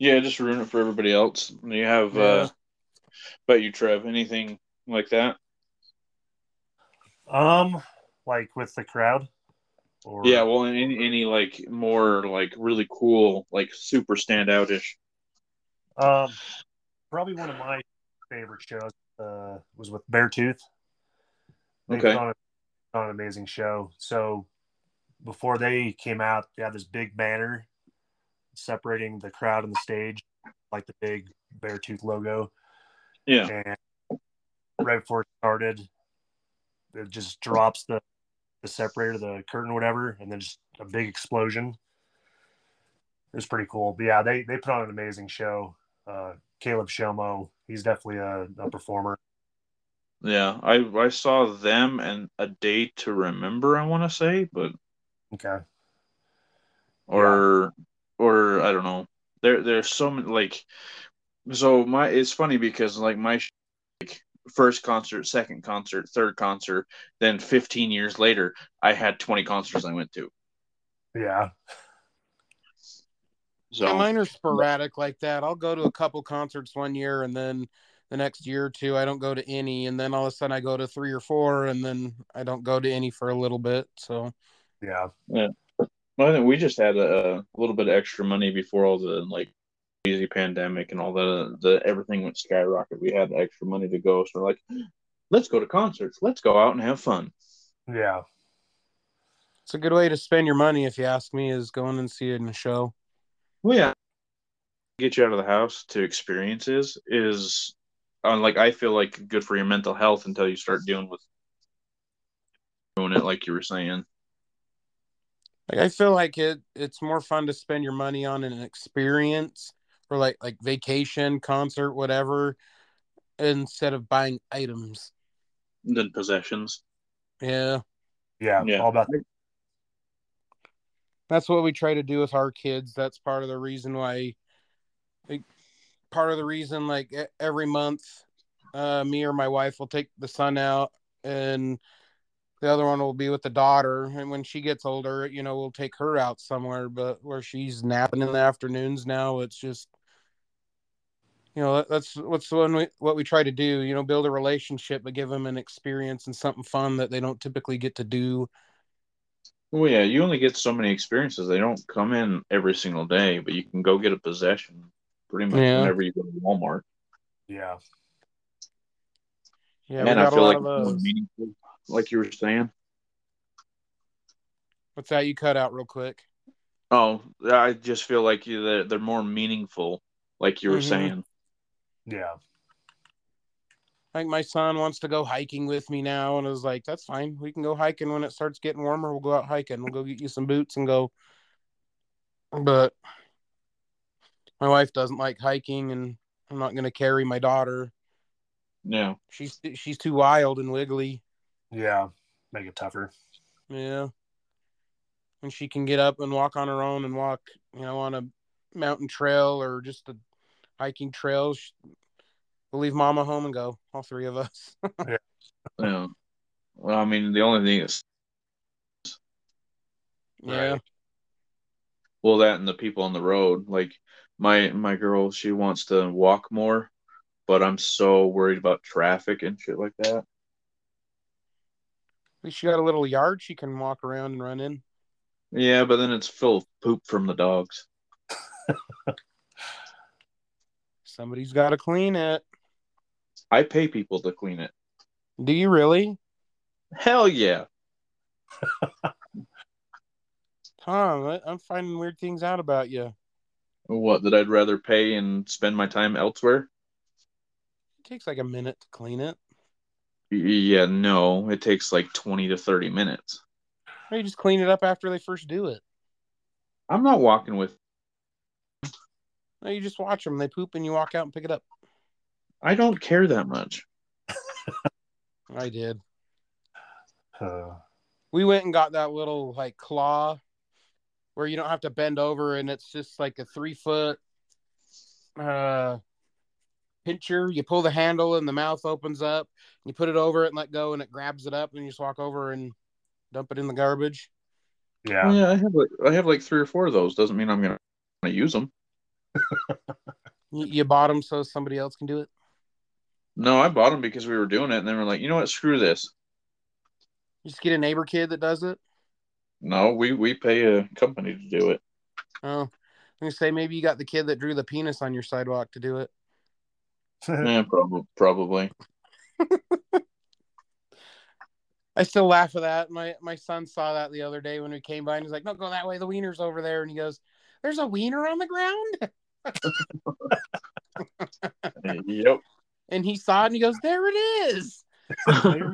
S2: yeah, just ruin it for everybody else. Do You have,
S3: Yeah.
S2: uh, about you, Trev, anything like that?
S1: Um, like with the crowd. Or
S2: Yeah, well, in any, any like more like really cool, like super standoutish.
S1: Um, probably one of my favorite shows uh, was with Beartooth. They
S2: Okay.
S1: put on, a, put on an amazing show. So before they came out, they had this big banner separating the crowd and the stage, like the big Beartooth logo.
S2: Yeah,
S1: And right before it started, it just drops the the separator, the curtain, or whatever, and then just a big explosion. It was pretty cool. But yeah, they they put on an amazing show. Uh, Caleb Shomo, he's definitely a, a performer.
S2: yeah. I I saw them and a day to remember. I want to say, but
S1: Okay.
S2: or or I don't know. There there's so many like. So my it's funny because like my sh- like first concert, second concert, third concert, then 15 years later, I had 20 concerts I went to.
S1: Yeah.
S2: So
S3: Yeah, mine are sporadic like that. I'll go to a couple concerts one year and then the next year or two I don't go to any and then all of a sudden I go to three or four and then I don't go to any for a little bit. So
S1: Yeah.
S2: Well, I think we just had a, a little bit of extra money before all the like crazy pandemic and all the the everything went skyrocket. We had extra money to go, so we're like, let's go to concerts, let's go out and have fun.
S1: Yeah.
S3: it's a good way to spend your money if you ask me is going and seeing a show.
S2: Well, yeah, get you out of the house to experiences is uh, like I feel like good for your mental health until you start dealing with doing it like you were saying.
S3: Like I feel like it it's more fun to spend your money on an experience or like like vacation, concert, whatever, instead of buying items.
S2: Than possessions.
S3: Yeah.
S1: Yeah,
S2: Yeah.
S1: all about
S3: That's what we try to do with our kids. That's part of the reason why like, part of the reason like e- every month uh me or my wife will take the son out and the other one will be with the daughter and when she gets older, you know, we'll take her out somewhere but where she's napping in the afternoons now, it's just you know, that- that's what's the one we, what we try to do, you know, build a relationship but give them an experience and something fun that they don't typically get to do.
S2: Well, yeah, you only get so many experiences. They don't come in every single day, but you can go get a possession pretty much
S3: Yeah.
S2: whenever you go to Walmart.
S1: yeah.
S3: Yeah, we
S2: and I
S3: got a
S2: feel
S3: lot
S2: like
S3: of uh,
S2: it's more
S3: those.
S2: meaningful, like you were saying.
S3: What's that you cut out real quick?
S2: Oh, I just feel like you they're, they're more meaningful, like you were
S3: Mhm.
S2: saying.
S1: Yeah.
S3: Like my son wants to go hiking with me now, and I was like, "That's fine. We can go hiking when it starts getting warmer. We'll go out hiking. We'll go get you some boots and go." But my wife doesn't like hiking, and I'm not going to carry my daughter.
S2: Yeah.
S3: She's she's too wild and wiggly.
S1: Yeah. Make it tougher.
S3: Yeah, and she can get up and walk on her own and walk, you know, on a mountain trail or just a hiking trail. She- We'll leave mama home and go. All three of us.
S2: Yeah. Well, I mean, the only thing is,
S3: yeah.
S1: Right.
S2: well, that and the people on the road. Like my my girl, she wants to walk more, but I'm so worried about traffic and shit like that.
S3: At least she got a little yard she can walk around and run in.
S2: Yeah, but then it's full of poop from the dogs.
S3: Somebody's got to clean it.
S2: I pay people to clean it.
S3: Do you really?
S2: Hell yeah.
S3: Tom, I- I'm finding weird things out about you.
S2: What that I'd rather pay and spend my time elsewhere?
S3: It takes like a minute to clean it.
S2: Y- Yeah, no, it takes like 20 to 30 minutes.
S3: Or you just clean it up after they first do it.
S2: I'm not walking with
S3: No, you just watch them. They poop and you walk out and pick it up.
S2: I don't care that much.
S3: I did.
S1: Uh,
S3: We went and got that little like claw where you don't have to bend over and it's just like a three foot uh pincher. You pull the handle and the mouth opens up. You put it over it and let go and it grabs it up and you just walk over and dump it in the garbage.
S1: yeah.
S2: Yeah, I have like I have like three or four of those. Doesn't mean I'm gonna, gonna use them.
S3: You, you bought them so somebody else can do it.
S2: No, I bought them because we were doing it, and then we're like, you know what? Screw this.
S3: You just get a neighbor kid that does it.
S2: No, we we pay a company to do it.
S3: Oh, I'm gonna say maybe you got the kid that drew the penis on your sidewalk to do it.
S2: yeah, probably Eh, probably.
S3: I still laugh at that. My my son saw that the other day when we came by, and he's like, "No, go that way. The wiener's over there." And he goes, "There's a wiener on the ground."
S2: yep.
S3: And he saw it, and he goes, "There it is."
S1: yeah.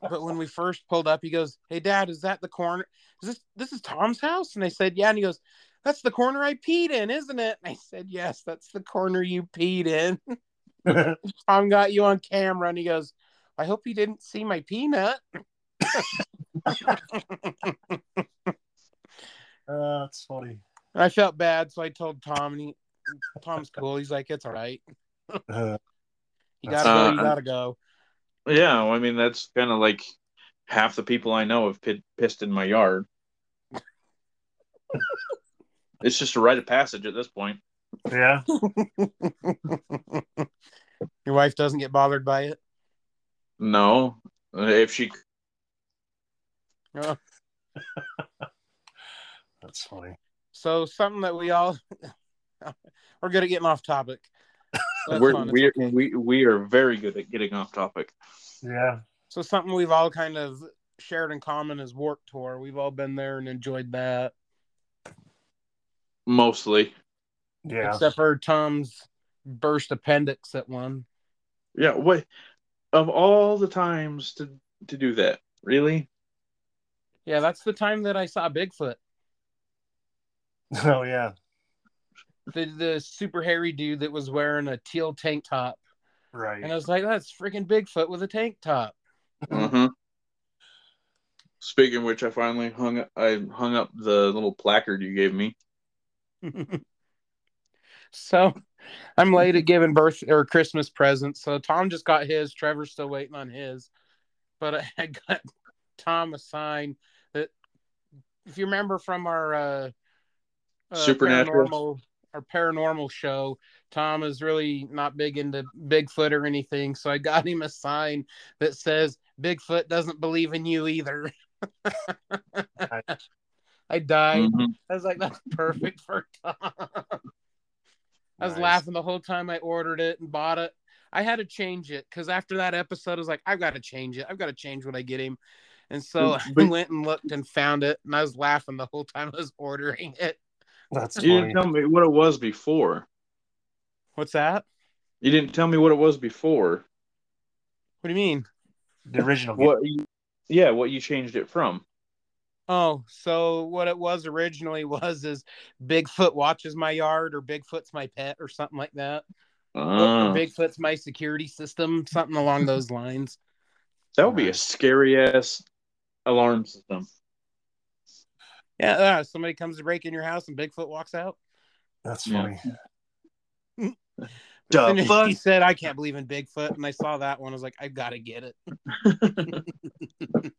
S3: But when we first pulled up, he goes, "Hey, Dad, is that the corner? Is this this is Tom's house?" And I said, "Yeah." And he goes, "That's the corner I peed in, isn't it?" And I said, "Yes, that's the corner you peed in." Tom got you on camera, and he goes, "I hope you didn't see my peanut."
S1: Uh, that's funny.
S3: And I felt bad, so I told Tom, and he, Tom's cool. He's like, "It's all right.
S1: Uh,
S3: You gotta go. You
S2: Uh,
S3: gotta go."
S2: Yeah, well, I mean that's kind of like half the people I know have pit, pissed in my yard. it's just a rite of passage at this point.
S1: yeah.
S3: Your wife doesn't get bothered by it.
S2: No, if she
S3: Oh,
S1: That's funny.
S3: so something that we all we're good at getting off topic. That's
S2: we're,
S3: fun. It's
S2: we're,
S3: okay.
S2: we we are very good at getting off topic.
S1: Yeah.
S3: So something we've all kind of shared in common is Warp Tour. We've all been there and enjoyed that.
S2: Mostly.
S1: Yeah.
S3: except for Tom's burst appendix at one.
S2: Yeah, what of all the times to to do that? Really?
S3: Yeah, that's the time that I saw Bigfoot,
S1: Oh yeah.
S3: the the super hairy dude that was wearing a teal tank top,
S1: Right.
S3: and I was like, that's freaking Bigfoot with a tank top.
S2: Uh-huh. Speaking of which, I finally hung I hung up the little placard you gave me.
S3: so I'm late at giving birth or Christmas presents. So Tom just got his. Trevor's still waiting on his. But I got Tom a sign that, if you remember from our uh, uh,
S2: Supernatural.
S3: paranormal, our paranormal show, Tom is really not big into Bigfoot or anything. So I got him a sign that says Bigfoot doesn't believe in you either. I died.
S2: Mhm.
S3: I was like, that's perfect for Tom. I was
S1: Nice.
S3: laughing the whole time I ordered it and bought it. I had to change it because after that episode, I was like, I've got to change it. I've got to change what I get him. And so I
S2: But-
S3: went and looked and found it, and I was laughing the whole time I was ordering it.
S1: That's
S2: You didn't
S1: funny.
S2: tell me what it was before.
S3: What's that?
S2: You didn't tell me what it was before.
S3: What do you mean?
S1: The original. game.
S2: What? You, yeah, what you changed it from?
S3: Oh, so what it was originally was is Bigfoot watches my yard or Bigfoot's my pet or something like that.
S2: Ah,
S3: Or Bigfoot's my security system, something along those lines.
S2: that would be a scary ass alarm system.
S3: Yeah, uh, somebody comes to break in your house and Bigfoot walks out.
S1: That's
S2: Yeah.
S1: funny.
S3: As soon
S1: Duh,
S3: as
S1: fuck.
S3: He said, "I can't believe in Bigfoot," and I saw that one. I was like, "I've got to get it."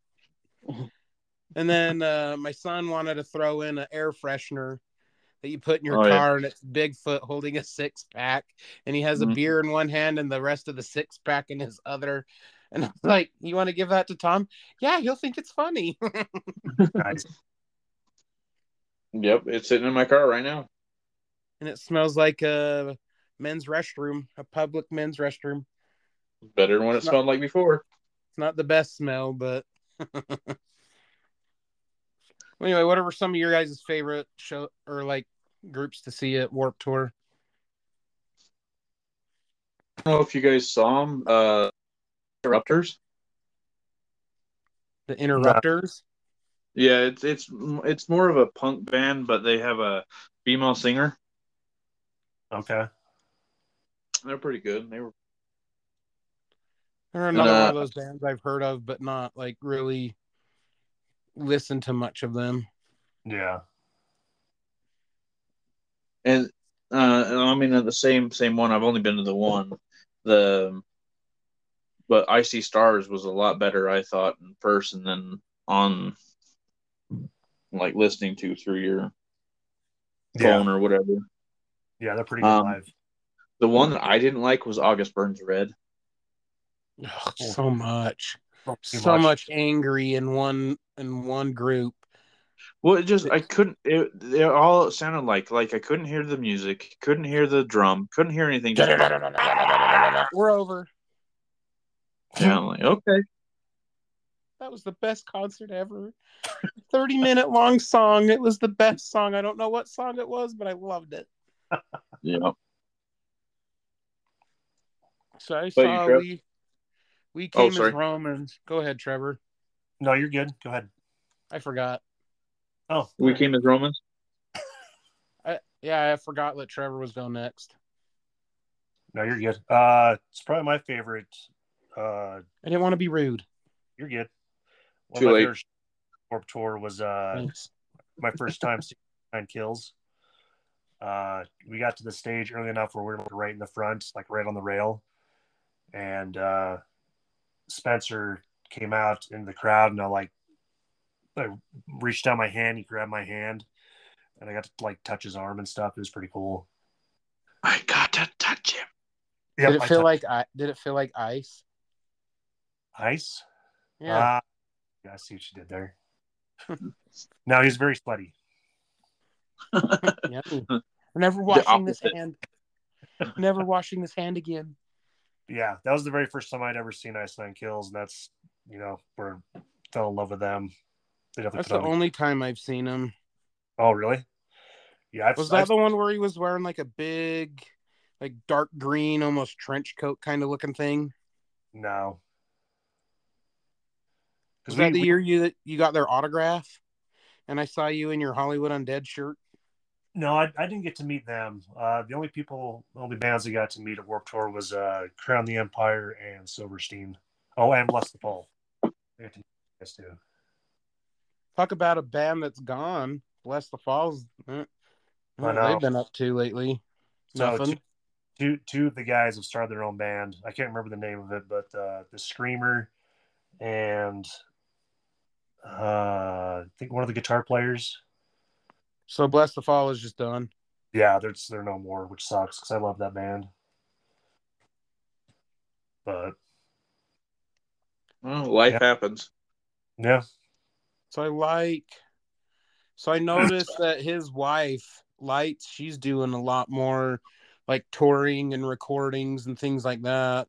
S3: and then uh, my son wanted to throw in an air freshener that you put in your
S2: Oh, yeah.
S3: car, and it's Bigfoot holding a six pack, and he has a
S2: Mhm.
S3: beer in one hand and the rest of the six pack in his other. And I was like, "You want to give that to Tom? Yeah, he'll think it's funny."
S1: Nice.
S2: Yep, it's sitting in my car right now.
S3: and it smells like a men's restroom, a public men's restroom.
S2: Better than what it
S3: It's not-
S2: smelled like before.
S3: It's not the best smell, but anyway, whatever some of your guys' favorite show or like groups to see at Warp Tour.
S2: I don't know if you guys saw them. Uh, Interrupters.
S3: The Interrupters.
S2: Yeah, it's it's it's more of a punk band, but they have a female singer.
S1: Okay.
S2: They're pretty good. They were
S3: They're another
S2: Uh,
S3: one of those bands I've heard of, but not like really listen to much of them.
S1: Yeah.
S2: and uh i mean the same same one i've only been to the one the but i see stars was a lot better i thought in person than on like listening to through your
S1: Yeah.
S2: phone or whatever
S1: Yeah. They're pretty good
S2: Um,
S1: live.
S2: the one that i didn't like was august burns red
S3: Ugh, so much.
S1: Too
S3: So much angry in one in one group.
S2: well it just i couldn't it they all sounded like like i couldn't hear the music couldn't hear the drum couldn't hear anything just
S3: We're over.
S2: yeah, I'm like, okay
S3: That was the best concert ever. 30 minute long song. It was the best song. I don't know what song it was, but I loved it.
S2: yeah
S3: So I
S2: But you,
S3: saw
S2: Trev?
S3: we we
S2: Oh,
S3: came
S2: sorry.
S3: as Romans. Go ahead, Trevor.
S1: No, you're good. Go ahead.
S3: I forgot.
S1: Oh,
S2: we came as romans
S3: Yeah, I forgot that Trevor was going next.
S1: no, you're good. Uh, it's probably my favorite. Uh,
S3: I didn't want to be rude.
S1: you're good. One
S2: Too
S1: of my
S2: late.
S1: favorite Warped tour was uh
S3: Thanks.
S1: my first time seeing nine kills. Uh, we got to the stage early enough where we were right in the front, like right on the rail, and uh, Spencer came out in the crowd, and I like I reached down my hand, he grabbed my hand, and I got to like touch his arm and stuff. It was pretty cool.
S2: i got to touch him
S1: Yeah,
S3: did it feel like I did it feel like ice?
S1: ice?
S3: Yeah.
S1: Ah, yeah, I see what you did there. no, he was very sweaty.
S3: yummy. Never washing this
S2: opposite.
S3: hand. Never washing this hand again.
S1: yeah, that was the very first time I'd ever seen Ice Nine Kills, and that's you know where I fell in love with them. They definitely
S3: That's
S1: put
S3: the
S1: on a-
S3: only time I've seen him.
S1: Oh, really? Yeah, I've,
S3: Was
S1: I've-
S3: that the one where he was wearing like a big, like dark green, almost trench coat kind of looking thing?
S1: no.
S3: Was
S1: Because
S3: that the year you you got their autograph? And I saw you in your Hollywood Undead shirt.
S1: No, I, I didn't get to meet them. Uh, the only people, the only bands I got to meet at Warp Tour was uh, Crown the Empire and Silverstein. Oh, and Bless the Fall. I got to meet those two.
S3: Talk about a band that's gone. Bless the Falls. Eh,
S1: I
S3: what
S1: know.
S3: they've been up to lately.
S1: So
S3: Nothing.
S1: two, two of the guys have started their own band. I can't remember the name of it, but uh, the Screamer and uh, I think one of the guitar players.
S3: So Bless the Fall is just done.
S1: Yeah, they're they're no more, which sucks because I love that band. But
S2: Well, life
S1: Yeah.
S2: happens.
S1: yeah,
S3: So I like. So I noticed that his wife, Lights, she's doing a lot more like touring and recordings and things like that.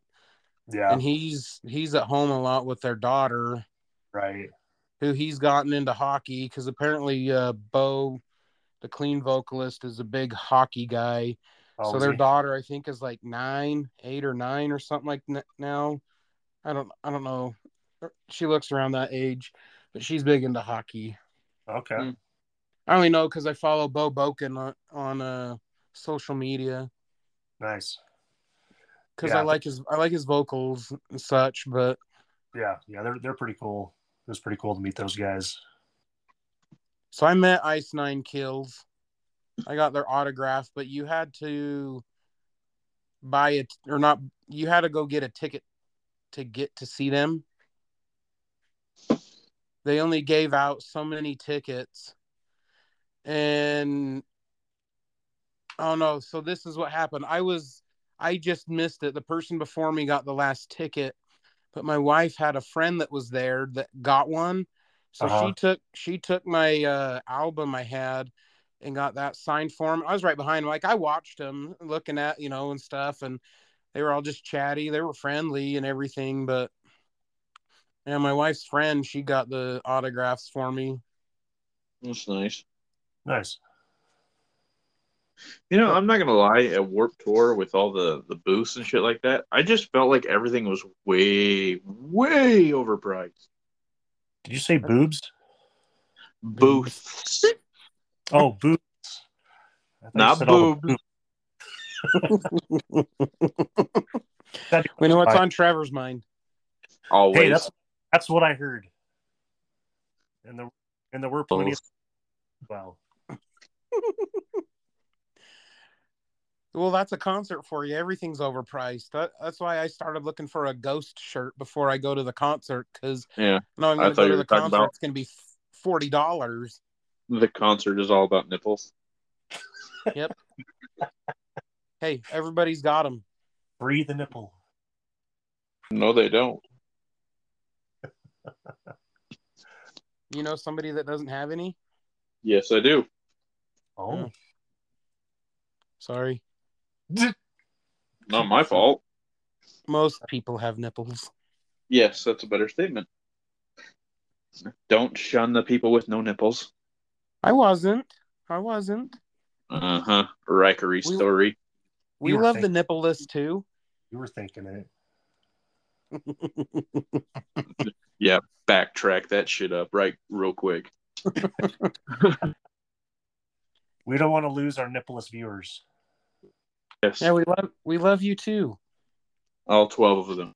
S1: yeah,
S3: And he's he's at home a lot with their daughter,
S1: right.
S3: who he's gotten into hockey because apparently uh, Bo, the clean vocalist, is a big hockey guy.
S1: Oh,
S3: so their
S1: gee.
S3: daughter, I think, is like nine, eight or nine or something like n- now. I don't I don't know. Er, She looks around that age, but she's big into hockey.
S1: okay.
S2: Mm.
S3: I only know because I follow Bo Boken on, on uh, social media
S1: Nice.
S3: because
S1: Yeah.
S3: I like his I like his vocals and such. But
S1: Yeah, yeah, they're they're pretty cool. It was pretty cool to meet those guys.
S3: so I met Ice Nine Kills. I got their autograph, but you had to buy it or not. You had to go get a ticket to get to see them. They only gave out so many tickets, and oh no! So this is what happened. I was I just missed it. The person before me got the last ticket, but my wife had a friend that was there that got one. So
S1: Uh-huh.
S3: she took she took my uh, album I had and got that signed for him. I was right behind him. Like I watched him looking at, you know, and stuff and they were all just chatty. They were friendly and everything, but and my wife's friend, she got the autographs for me.
S2: That's nice.
S1: Nice.
S2: You know, I'm not gonna lie. At Warp Tour, with all the the booths and shit like that, I just felt like everything was way, way overpriced.
S1: Did you say boobs?
S2: Booths,
S1: Oh, boobs. I thought you
S2: not
S1: said all the-
S2: boobs.
S1: that-
S3: We know what's
S1: I-
S3: on Trevor's mind.
S2: Always.
S1: hey, that's that's what I heard. And there and there were plenty. Of, well,
S3: Well, that's a concert for you. Everything's overpriced. That, that's why I started looking for a ghost shirt before I go to the concert because
S2: Yeah.
S3: no, I'm
S2: I
S3: going to
S2: thought
S3: go
S2: you
S3: to
S2: were
S3: the
S2: talking
S3: concert.
S2: about-
S3: It's going to be forty dollars.
S2: the concert is all about nipples.
S3: Hey, everybody's got them.
S1: breathe the nipple.
S2: No, they don't.
S3: You know somebody that doesn't have any?
S2: Yes, I do.
S1: Oh,
S3: Sorry,
S2: Not my fault.
S3: most people have nipples.
S2: Yes, that's a better statement. Don't shun the people with no nipples.
S3: I wasn't. I wasn't.
S2: Uh huh. Rikery
S3: We-
S2: story.
S3: We
S1: You were
S3: love
S1: thinking-
S3: the nippleless too.
S1: you were thinking it.
S2: Backtrack that shit up right real quick.
S1: We don't want to lose our nippleless viewers.
S2: Yes.
S3: Yeah, we love we love you too.
S2: all twelve of them.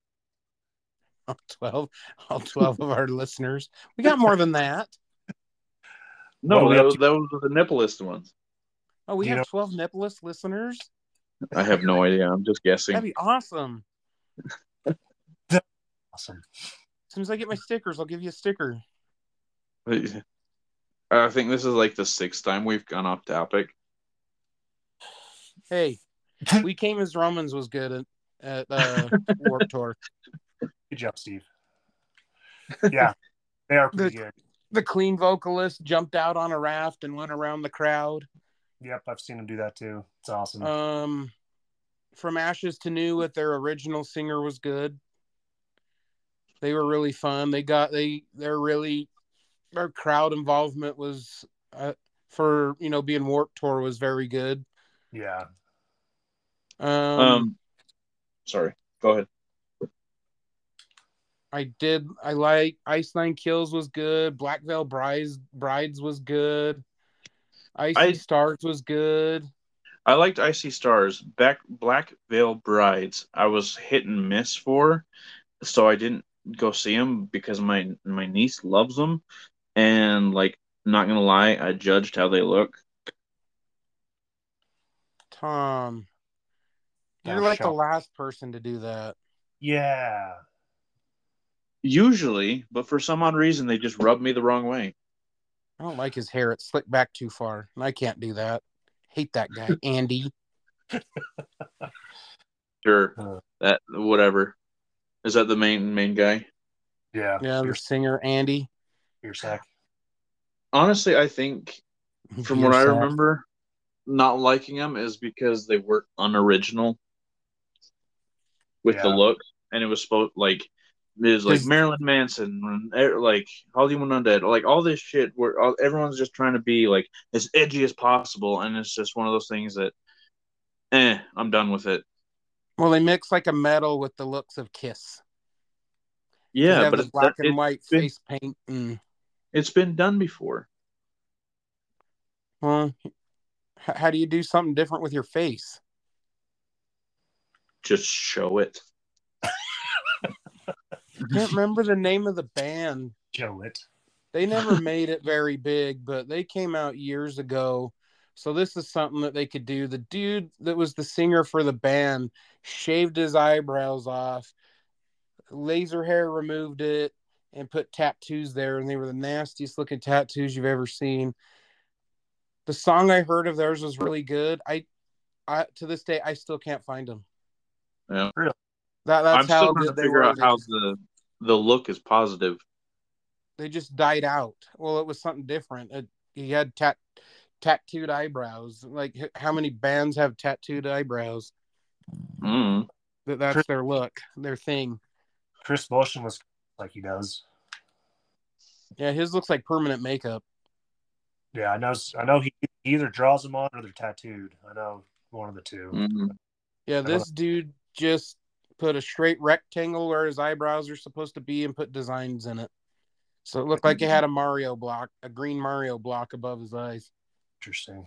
S3: All twelve, all twelve of our listeners. We got more than that.
S1: What
S2: No,
S1: are we
S2: that
S1: up
S2: was,
S1: to?
S2: those were the nipplest ones.
S3: Oh, we
S1: You
S3: have
S1: know-
S3: twelve nippleless listeners.
S2: I have no idea. I'm just guessing.
S3: That'd be awesome.
S1: Awesome.
S3: As soon as I get my stickers, I'll give you a sticker.
S2: I think this is like the sixth time we've gone off topic.
S3: Hey, we came as Romans was good at, at uh, Warp Tour.
S1: Good job, Steve. Yeah, they are pretty good.
S3: The clean vocalist jumped out on a raft and went around the crowd.
S1: Yep, I've seen them do that too. It's awesome.
S3: Um, From Ashes to New with their original singer was good. They were really fun. They got they they're really their crowd involvement was uh, for you know being Warp Tour was very good.
S1: Yeah.
S3: Um,
S2: Um, sorry. Go ahead.
S3: I did. I like Ice Nine Kills was good. Black Veil Brides Brides was good. Icy
S2: I-
S3: Stars was good.
S2: I liked Icy Stars. Back Black Veil Brides. I was hit and miss for, so I didn't go see them because my my niece loves them, and like not gonna lie, I judged how they look.
S3: Tom, you're
S1: Damn
S3: like the
S1: shot.
S3: last person to do that.
S1: Yeah.
S2: Usually, but for some odd reason, they just rubbed me the wrong way.
S3: I don't like his hair. It's slicked back too far, and I can't do that. Hate that guy, Andy.
S2: Sure,
S3: Uh,
S1: Huh.
S2: that whatever. Is that the main main guy?
S1: Yeah.
S3: Yeah, the
S1: Your,
S3: singer Andy.
S1: your sack.
S2: Honestly, I think from what I
S3: Yourself.
S2: remember, not liking them is because they were unoriginal with the
S1: Yeah.
S2: look, and it was supposed like it was like
S3: Does-
S2: Marilyn Manson, eh, like Hollywood Undead, like all this shit where all, everyone's just trying to be like as edgy as possible, and it's just one of those things that, eh, I'm done with it.
S3: Well, they mix like a metal with the looks of Kiss. They
S2: Yeah,
S3: have
S2: but
S3: the
S2: it's,
S3: black and
S2: it,
S3: white
S2: been-
S3: face paint. And,
S2: it's been done before.
S3: well, h- how do you do something different with your face?
S2: Just show it.
S3: Can't remember the name of the band.
S1: Show it.
S3: They never made it very big, but they came out years ago. So this is something that they could do. The dude that was the singer for the band shaved his eyebrows off, laser hair removed it, and put tattoos there, and they were the nastiest looking tattoos you've ever seen. The song I heard of theirs was really good. I, I to this day, I still can't find them.
S2: Yeah.
S1: Really?
S3: That, that's
S2: I'm
S3: how
S2: still trying
S3: good
S2: to
S3: they
S2: figure
S3: were.
S2: out
S3: They
S2: how
S3: just-
S2: the the look is positive.
S3: they just died out. Well, it was something different. It, he had tat, tattooed eyebrows. Like h- how many bands have tattooed eyebrows?
S2: Mm.
S3: That that's
S1: True.
S3: their look, their thing.
S1: Chris Motion was like he does.
S3: Yeah, his looks like permanent makeup.
S1: Yeah, I know. I know he either draws them on or they're tattooed. I know one of the 2
S2: Mhm.
S3: Yeah,
S1: don't
S3: this dude just put a straight rectangle where his eyebrows are supposed to be and put designs in it. So it looked like he had a Mario block, a green Mario block above his eyes.
S1: Interesting.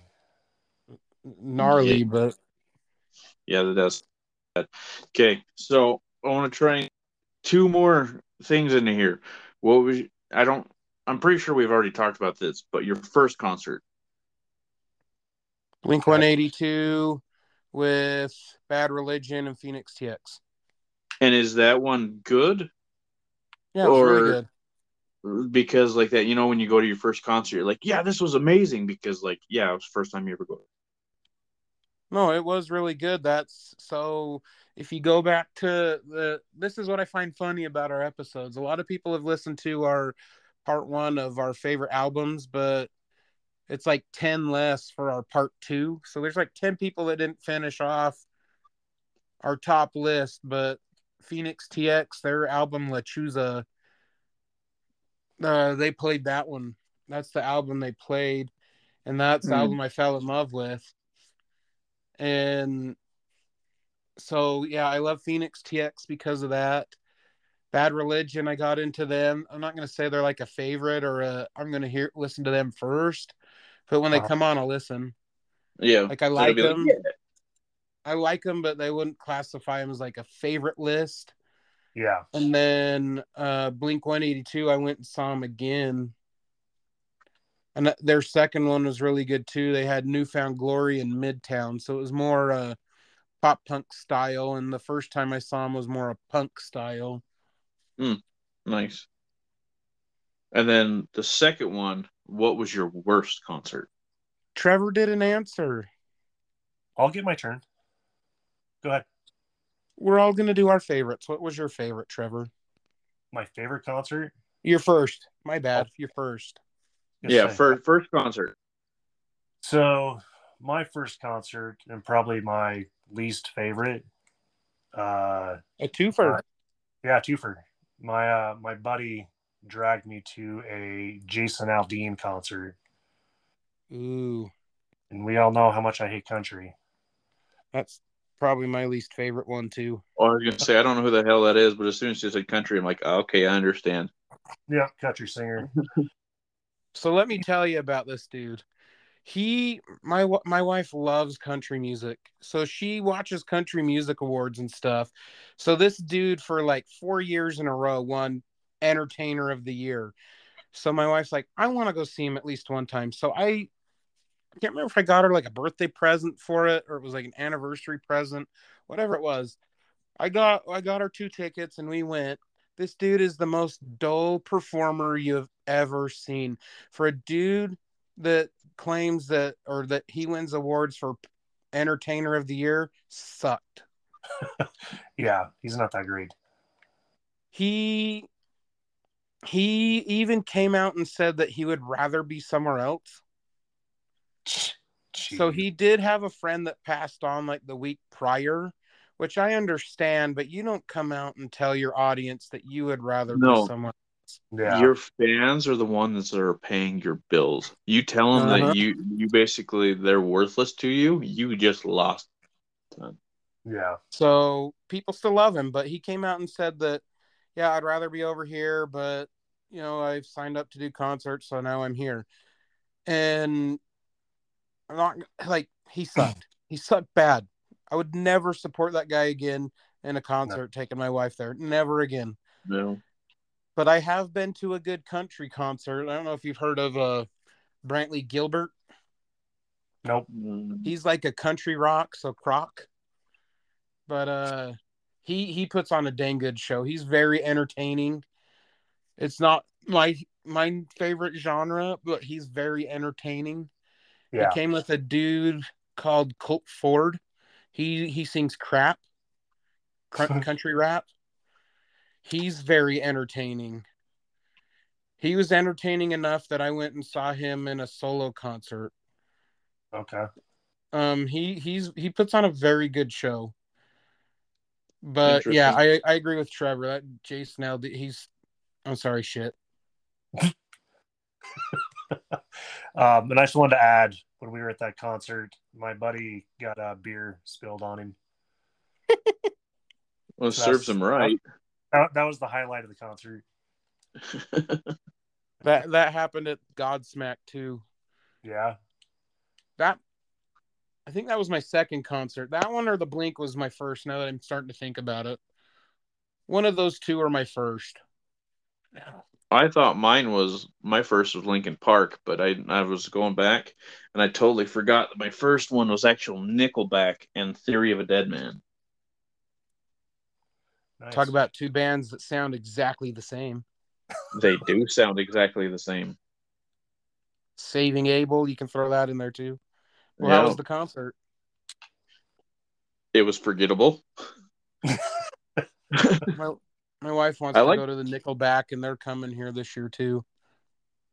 S3: Gnarly, but
S2: Yeah, that does. Okay, so I want to try two more things into here. What was I don't? I'm pretty sure we've already talked about this, but your first concert.
S3: Blink 182 with Bad Religion and Phoenix TX.
S2: And is that one good?
S3: Yeah, it was really
S2: Or-
S3: good.
S2: Because like that, you know, when you go to your first concert, you're like, yeah, this was amazing. Because like, yeah, it was the first time you ever go.
S3: No, it was really good. That's so. If you go back to the, this is what I find funny about our episodes. A lot of people have listened to our part one of our favorite albums, but it's like 10 less for our part two. So there's like 10 people that didn't finish off our top list, but Phoenix TX, their album La Chusa, uh, they played that one. That's the album they played. And that's the
S2: Hmm.
S3: album I fell in love with. And so, yeah, I love Phoenix TX because of that. Bad Religion, I got into them. I'm not going to say they're like a favorite or a, I'm going to hear listen to them first, but when they
S1: Uh-huh.
S3: come on, I'll listen.
S2: Yeah,
S3: Like I
S2: So
S3: like
S2: it'd be
S3: them.
S2: yeah.
S3: I like them, but they wouldn't classify them as like a favorite list.
S1: Yeah.
S3: And then uh Blink 182, I went and saw them again. And th- their second one was really good too. They had Newfound Glory in Midtown. So it was more uh pop punk style. And the first time I saw them was more a punk style.
S2: nice. And then the second one, what was your worst concert?
S3: Trevor did an answer.
S1: I'll get my turn. Go ahead.
S3: We're all gonna do our favorites. What was your favorite, Trevor?
S1: My favorite concert.
S3: Your first. My bad. Your first.
S1: Yes,
S2: yeah,
S1: sir.
S2: first first concert.
S1: So, my first concert and probably my least favorite. Uh,
S3: A twofer.
S1: Alright. yeah, twofer. My uh, my buddy dragged me to a Jason Aldean concert,
S3: Ooh,
S1: and we all know how much I hate country.
S3: that's probably my least favorite one too.
S2: Well, Oh, I was gonna say I don't know who the hell that is, but as soon as you said country, I'm like, oh, okay, I understand.
S1: Yeah, country singer.
S3: Mm-hmm. So let me tell you about this dude. He my wa- my wife loves country music. So she watches country music awards and stuff. So this dude for like 4 years in a row won entertainer of the year. So my wife's like, "I want to go see him at least one time." So I I can't remember if I got her like a birthday present for it or it was like an anniversary present, whatever it was. I got I got her two tickets and we went. This dude is the most dull performer you've ever seen for a dude that claims that or that he wins awards for entertainer of the year sucked.
S1: Yeah, he's not that great.
S3: He he even came out and said that he would rather be somewhere else. So
S1: Jeez.
S3: he did have a friend that passed on like the week prior, which I understand, but you don't come out and tell your audience that you would rather
S2: No.
S3: be somewhere.
S1: yeah,
S2: Your fans are the ones that are paying your bills. You tell them
S3: Uh-huh.
S2: that you you basically they're worthless to you. You just lost.
S1: yeah,
S3: So people still love him, but he came out and said that, yeah, I'd rather be over here, but you know, I've signed up to do concerts, so now I'm here. And I'm not like he sucked. he sucked bad. I would never support that guy again in a concert, taking my wife there. Never again.
S2: No.
S3: But I have been to a good country concert. I don't know if you've heard of uh Brantley Gilbert.
S1: nope.
S3: he's like a country rock, so croc. But uh he he puts on a dang good show. He's very entertaining. It's not my my favorite genre, but he's very entertaining.
S1: Yeah,
S3: He came with a dude called Colt Ford. He he sings crap, cr- country rap. He's very entertaining. He was entertaining enough that I went and saw him in a solo concert.
S1: okay.
S3: Um, he he's he puts on a very good show. But yeah, I I agree with Trevor. That Jay Snell, he's I'm sorry, shit.
S1: Um, and I just wanted to add when we were at that concert, my buddy got a beer spilled on him.
S2: Well, it
S1: So
S2: serves
S1: that's-
S2: them right.
S1: That, that was the highlight of the concert.
S3: That that happened at Godsmack too.
S1: Yeah,
S3: That I think that was my second concert. That one or the Blink was my first. Now that I'm starting to think about it, one of those two are my first.
S2: I thought mine was my first was Lincoln Park, but I I was going back and I totally forgot that my first one was actual Nickelback and Theory of a Dead Man.
S1: nice.
S3: Talk about two bands that sound exactly the same.
S2: They do sound exactly the same.
S3: Saving Abel, you can throw that in there too. Well,
S2: Yeah.
S3: how was the concert?
S2: It was forgettable.
S3: my my wife wants
S2: I
S3: to
S2: like-
S3: go to the Nickelback, and they're coming here this year too.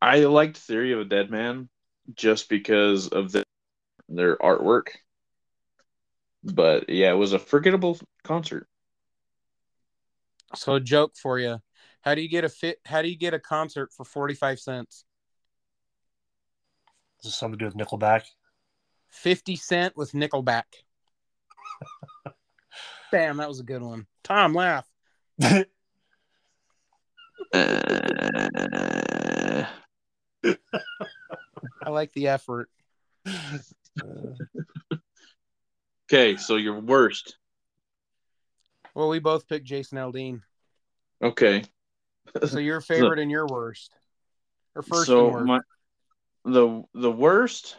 S2: I liked Theory of a Dead Man just because of the, their artwork. But yeah, it was a forgettable concert.
S3: So, a joke for you: How do you get a fit? How do you get a concert for forty five cents?
S1: This is something to do with Nickelback.
S3: Fifty cent with Nickelback. Bam, that was a good one. Tom, laugh.
S2: Uh,
S3: I like the effort.
S1: Uh,
S2: okay, so your worst.
S3: Well, we both picked Jason Aldean.
S2: Okay.
S3: So your favorite and your worst, or first
S2: so
S3: and worst.
S2: my the the worst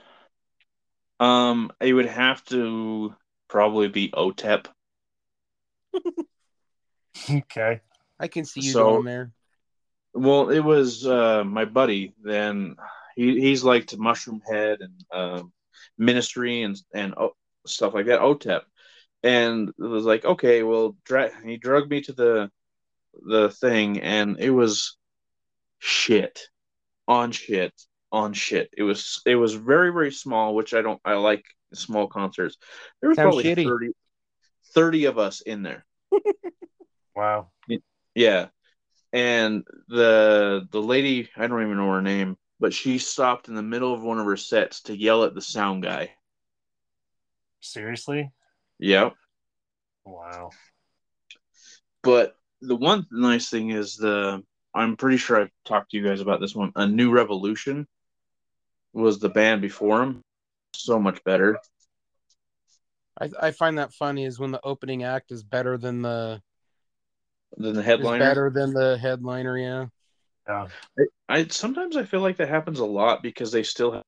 S2: um it would have to probably be E otep
S1: okay.
S3: I can see you
S2: so-
S3: going there.
S2: well it was uh my buddy then he he's like to mushroom head and um ministry and and O- stuff like that otep and it was like okay well dra- he drugged me to the the thing and it was shit on shit on shit it was it was very very small which i don't i like small concerts there was
S3: Sounds
S2: probably
S3: shitty.
S2: 30, 30 of us in there
S1: Wow.
S2: yeah and the the lady i don't even know her name but she stopped in the middle of one of her sets to yell at the sound guy.
S1: Seriously?
S2: Yep.
S1: Wow.
S2: But the one nice thing is the I'm pretty sure I've talked to you guys about this one. A New Revolution was the band before him. So much better.
S3: I, I find that funny is when the opening act is better than the
S2: Than the
S3: is
S2: headliner.
S3: better than the headliner. Yeah,
S1: Yeah.
S2: I sometimes I feel like that happens a lot because they still have,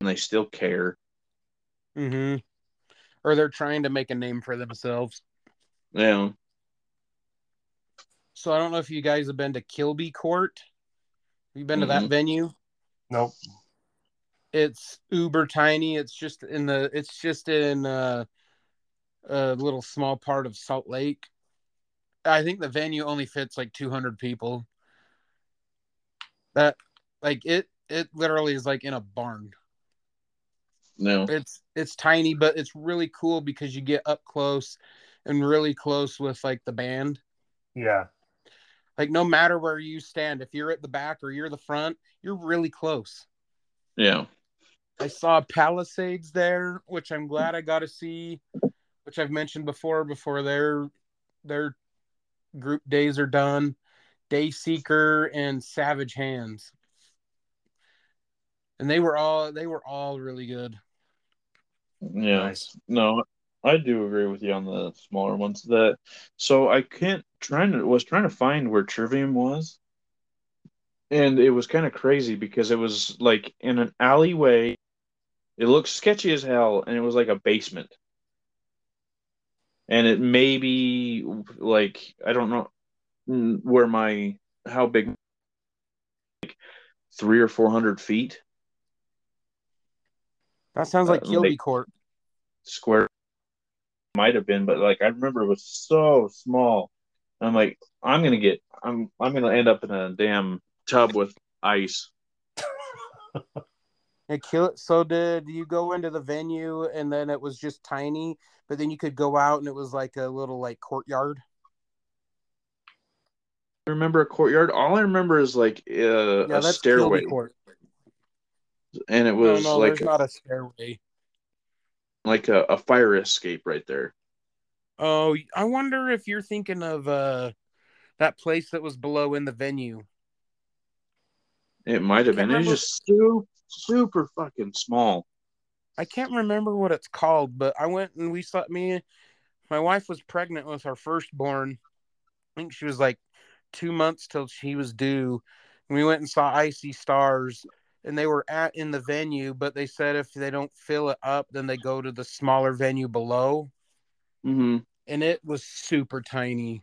S2: and they still care.
S3: mm-hmm. or they're trying to make a name for themselves.
S2: Yeah.
S3: So I don't know if you guys have been to Kilby Court. Have you been to that
S2: Mhm.
S3: venue?
S1: Nope.
S3: It's uber tiny. It's just in the. It's just in uh, a little small part of Salt Lake. I think the venue only fits like 200 people. That like it. It literally is like in a barn.
S2: No.
S3: it's it's tiny but it's really cool because you get up close and really close with like the band
S1: Yeah.
S3: like no matter where you stand if you're at the back or you're the front you're really close
S2: Yeah.
S3: i saw palisades there which i'm glad i got to see which i've mentioned before before their their group days are done day seeker and savage hands and they were all they were all really good
S2: Yeah.
S1: Nice.
S2: No, I do agree with you on the smaller ones. That so I can't trying to was trying to find where Trivium was, and it was kind of crazy because it was like in an alleyway. It looked sketchy as hell, and it was like a basement. And it may be like I don't know mm, where my how big like three or four hundred feet
S3: that sounds like
S2: Uh,
S3: kilby
S2: like-
S3: court
S2: square might have been, but like I remember it was so small. And I'm like, I'm gonna get I'm I'm gonna end up in a damn tub with ice.
S3: It kill so did you go into the venue and then it was just tiny, but then you could go out and it was like a little like courtyard.
S2: I remember a courtyard. All I remember is like uh, a stairway,
S3: Kilby Court.
S2: and it
S3: No,
S2: was
S3: no,
S2: like
S3: there's not a stairway.
S2: like a, a fire escape right there.
S3: Oh, I wonder if you're thinking of uh that place that was below in the venue.
S2: It might have
S3: Can't
S2: been. It was
S3: remember.
S2: just super super fucking small.
S3: I can't remember what it's called, but I went and we saw me. My wife was pregnant with our firstborn. I think she was like two months till she was due. And we went and saw Icy Stars, and they were at in the venue, but they said if they don't fill it up, then they go to the smaller venue below.
S2: Mm-hmm.
S3: And it was super tiny.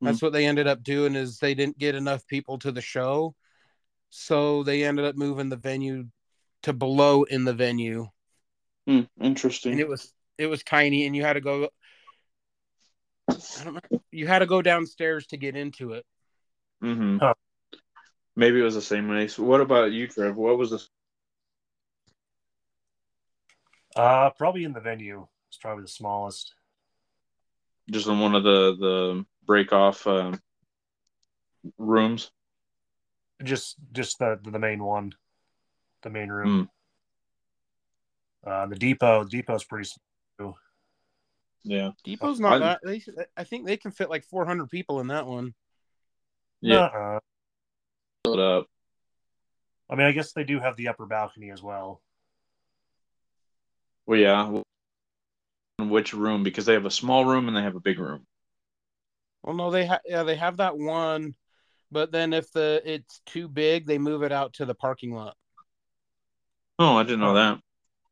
S3: That's what they ended up doing is they didn't get enough people to the show, so they ended up moving the venue to below in the venue.
S2: Mm, Interesting.
S3: and it was it was tiny and you had to go I don't know, you had to go downstairs to get into it
S2: mm-hmm.
S1: Huh.
S2: Maybe it was the same race. What about you, Trev? What was the
S1: Uh, probably in the venue. It's probably the smallest.
S2: just in one of the the break off um rooms?
S1: Just just the the main one, the main room.
S2: Hmm.
S1: Uh, the depot. The depot's pretty. s-
S2: Yeah.
S3: depot's not
S2: I-
S3: that they i think they can fit like 400 people in that one
S2: Yeah.
S1: Nuh-uh.
S2: Fill it up.
S1: uh-uh. I mean, I guess they do have the upper balcony as well.
S2: Well, yeah. In which room? Because they have a small room and they have a big room.
S3: well no they ha- yeah they have that one but then if the it's too big they move it out to the parking lot
S2: Oh, I didn't know that.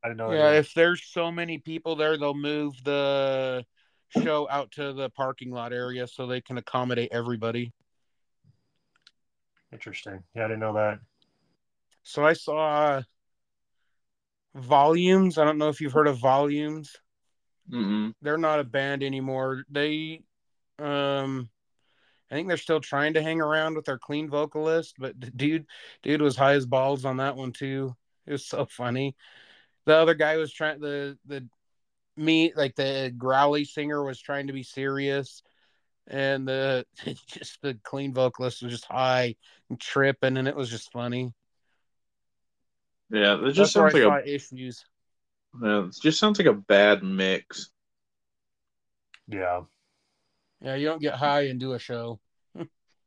S1: I didn't know.
S3: yeah
S1: they-
S3: if there's so many people there they'll move the show out to the parking lot area so they can accommodate everybody
S1: Interesting. Yeah, I didn't know that.
S3: so i saw volumes i don't know if you've heard of volumes
S2: Mm-mm.
S3: they're not a band anymore. They um I think they're still trying to hang around with their clean vocalist, but d- dude dude was high as balls on that one too. It was so funny. The other guy was trying the the me like the growly singer was trying to be serious and the just the clean vocalist was just high and tripping, and it was just funny.
S2: Yeah, it just
S3: That's
S2: sounds
S3: where
S2: like
S3: I
S2: a
S3: saw issues.
S2: yeah, it just sounds like a bad mix.
S1: Yeah.
S3: Yeah, you don't get high and do a show.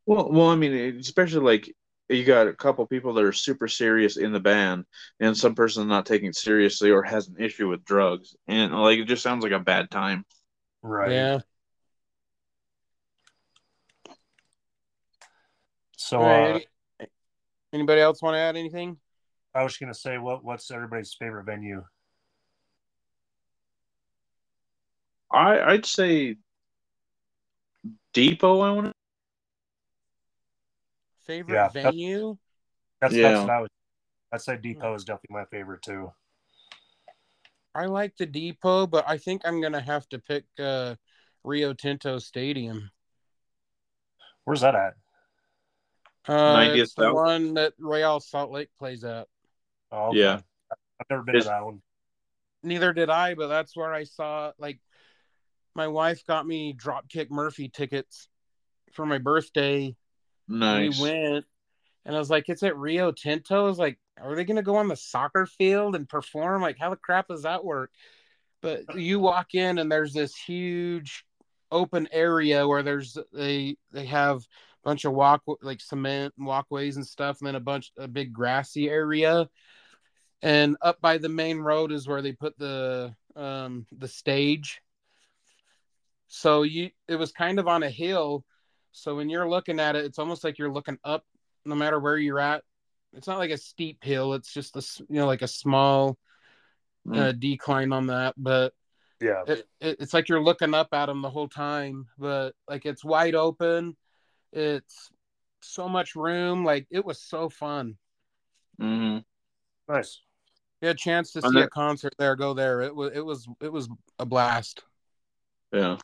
S2: Well, well, I mean, especially like you got a couple people that are super serious in the band, and some person not taking it seriously or has an issue with drugs, and like it just sounds like a bad time.
S1: Right.
S3: Yeah.
S1: So
S3: All right,
S1: uh,
S3: any- anybody else want to add anything?
S1: I was gonna say, what what's everybody's favorite venue?
S2: I I'd say Depot. I want to.
S3: Favorite
S1: Yeah, that's-
S3: venue?
S1: That's
S2: Yeah.
S1: that's what I was. I'd say Depot is definitely my favorite too.
S3: I like the Depot, but I think I'm gonna have to pick uh, Rio Tinto Stadium.
S1: Where's that at?
S3: Uh,
S2: 90th
S3: it's the
S2: South?
S3: one that Royal Salt Lake plays at.
S1: Oh,
S2: Yeah.
S1: I've never been to
S2: It's-
S1: that one.
S3: Neither did I, but that's where I saw like my wife got me Dropkick Murphy tickets for my birthday.
S2: Nice.
S3: We went, and I was like, "It's at Rio Tinto." I was like, "Are they gonna go on the soccer field and perform? Like, how the crap does that work?" But you walk in, and there's this huge open area where there's they they have a bunch of walk like cement and walkways and stuff, and then a bunch a big grassy area. And up by the main road is where they put the um the stage. So you it was kind of on a hill. So when you're looking at it, it's almost like you're looking up no matter where you're at. It's not like a steep hill, it's just a s- you know like a small uh, decline on that, but
S1: Yeah.
S3: it, it, it's like you're looking up at them the whole time, but like it's wide open. It's so much room, like it was so fun.
S2: hmm
S1: Nice.
S3: We had a chance to
S2: And
S3: see a
S2: that-
S3: concert there, go there. It was it was it was a blast.
S2: Yeah.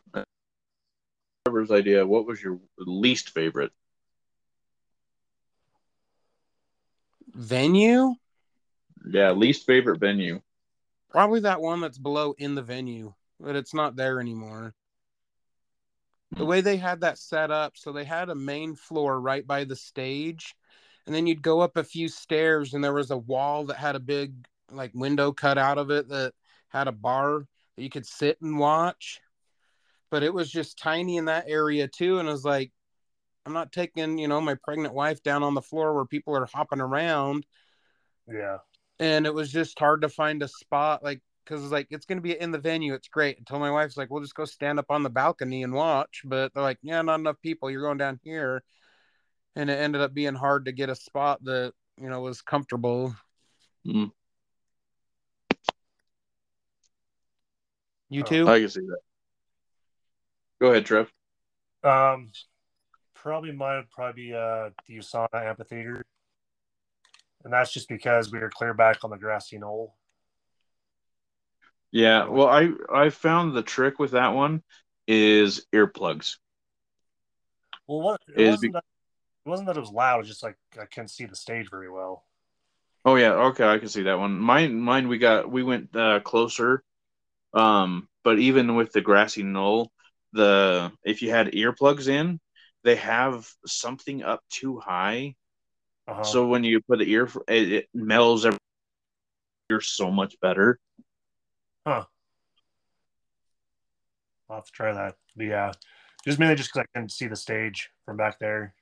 S2: Trevor's idea. What was your least favorite?
S3: Venue?
S2: Yeah, least favorite venue.
S3: Probably that one that's below in the venue, but it's not there anymore. The
S2: Hmm.
S3: way they had that set up, so they had a main floor right by the stage, and then you'd go up a few stairs, and there was a wall that had a big like window cut out of it that had a bar that you could sit and watch. But it was just tiny in that area too, and I was like, I'm not taking you know my pregnant wife down on the floor where people are hopping around
S1: Yeah.
S3: and it was just hard to find a spot like because it's like it's gonna be in the venue it's great until my wife's like we'll just go stand up on the balcony and watch but they're like yeah not enough people you're going down here and it ended up being hard to get a spot that you know was comfortable
S2: Mm.
S3: you
S1: Oh,
S3: too
S2: Uh, I can see that. Go ahead, Trev.
S1: Um, probably mine would probably be uh, the USANA Amphitheater, and that's just because we were clear back on the grassy knoll.
S2: Yeah, well, I I found the trick with that one is earplugs.
S1: Well, what it
S2: Is
S1: wasn't,
S2: be-
S1: that, it wasn't that it was loud. It was just like I couldn't see the stage very well.
S2: Oh yeah, okay, I can see that one. Mine, mine, we got we went uh, closer, um, but even with the grassy knoll, the if you had earplugs in, they have something up too high,
S1: Uh-huh.
S2: so when you put the ear, it, it mellows every ear so much better.
S1: I'll have to try that. But yeah, just mainly just because I couldn't see the stage from back there.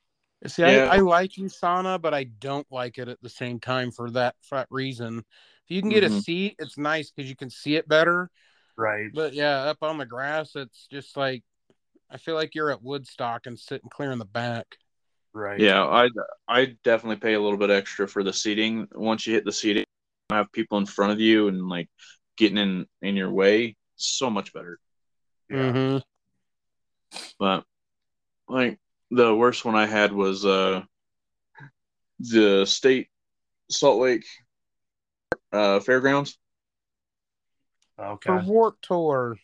S3: see
S2: Yeah.
S3: I, I like usana but i don't like it at the same time for that for that reason if you can get a
S2: Mhm.
S3: seat it's nice because you can see it better
S1: Right.
S3: But yeah, up on the grass, it's just like I feel like you're at Woodstock and sitting clear in the back.
S1: Right.
S2: Yeah, I I definitely pay a little bit extra for the seating. Once you hit the seating, have people in front of you and like getting in in your way, so much better.
S1: Yeah.
S3: Mm-hmm.
S2: But like the worst one I had was uh the state Salt Lake uh fairgrounds.
S1: Okay.
S3: For Warp Tour.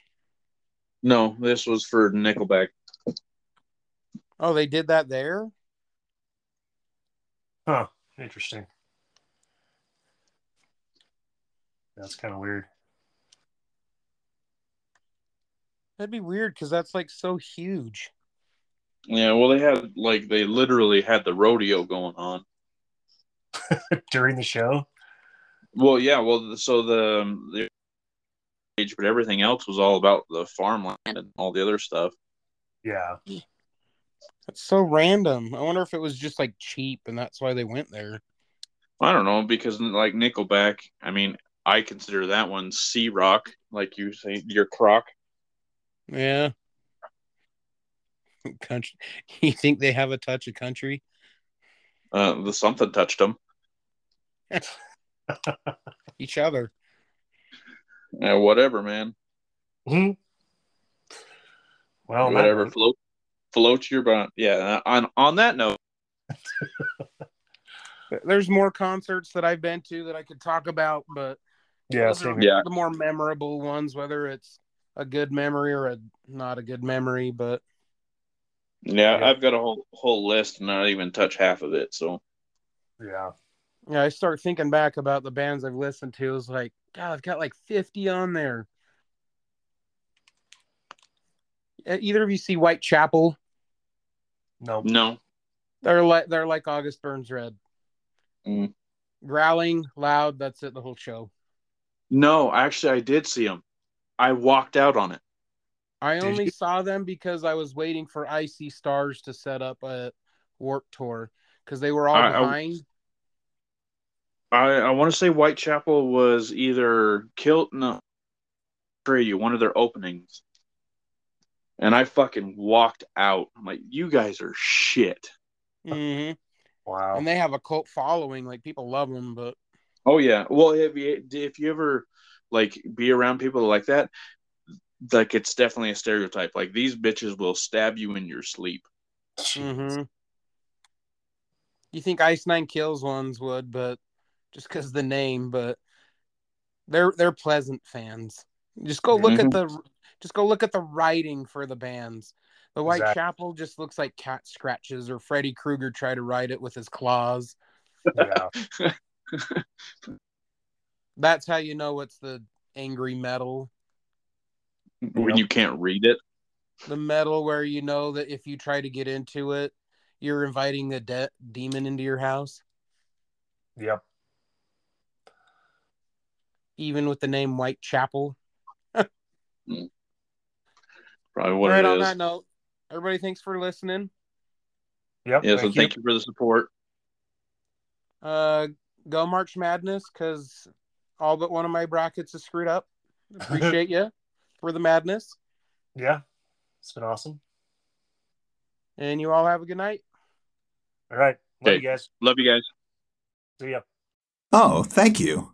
S2: No, this was for Nickelback.
S3: Oh, they did that there?
S1: Interesting. That's kind of weird.
S3: That'd be weird because that's like so huge.
S2: Yeah, well, they had like they literally had the rodeo going on.
S1: during the show.
S2: Well, yeah, well, so the, um, the age, but everything else was all about the farmland and all the other stuff.
S1: Yeah,
S3: That's so random. I wonder if it was just like cheap and that's why they went there.
S2: I don't know because like Nickelback, I mean, I consider that one C rock, like you say, your croc.
S3: Yeah. Country. You think they have a touch of country?
S2: Uh, the something touched them.
S3: Each other.
S2: Yeah, Uh, whatever, man.
S1: Hmm. Well, that-
S2: whatever float float your boat. Yeah. uh, On on that note,
S3: There- There's more concerts that I've been to that I could talk about, but
S1: yeah,
S3: those
S1: same
S3: are
S1: here.
S2: Yeah.
S3: the more memorable ones, whether it's a good memory or a not a good memory. But
S2: yeah,
S1: Yeah.
S2: I've got a whole whole list and not even touch half of it. So
S1: yeah,
S3: yeah, I start thinking back about the bands I've listened to. It's like, God, I've got like 50 on there. E- Either of you see Whitechapel?
S1: no,
S2: no,
S3: They're like they're like August Burns Red.
S2: Mm.
S3: Growling, loud, that's it, the whole show.
S2: no. Actually, I did see them. I walked out on it.
S3: I
S1: Did
S3: only
S1: you-
S3: saw them because I was waiting for Icy Stars to set up a warp tour because they were all
S2: I- I-
S3: behind.
S2: I I want to say Whitechapel was either Kilt no, you one of their openings, and I fucking walked out. I'm like, you guys are shit. Uh,
S3: Mhm.
S2: Mm-hmm.
S1: wow,
S3: And they have a cult following, like people love them, but
S2: Oh yeah. Well, if you if you ever like be around people like that, like it's definitely a stereotype. Like these bitches will stab you in your sleep.
S3: Mhm. you think Ice Nine Kills ones would, but just because the name, but they're they're pleasant fans. Just go look at the just go look at the writing for the bands. The White
S1: Exact-
S3: Chapel just looks like cat scratches, or Freddy Krueger tried to write it with his claws.
S1: yeah,
S3: That's how you know it's the angry metal.
S2: When you can't read it.
S3: the metal where you know that if you try to get into it, you're inviting the de- demon into your house,
S1: yep,
S3: even with the name Whitechapel.
S2: Probably
S3: All
S2: what
S3: right,
S2: it
S3: on
S2: is.
S3: that note, everybody, thanks for listening.
S1: yep.
S2: Yeah. so thank you. for the support.
S3: Uh, go March Madness because all but one of my brackets is screwed up. Appreciate you for the madness,
S1: Yeah, it's been awesome.
S3: and you all have a good night.
S1: All right, love
S2: Okay.
S1: you guys.
S2: Love you guys.
S1: See ya.
S4: Oh, thank you.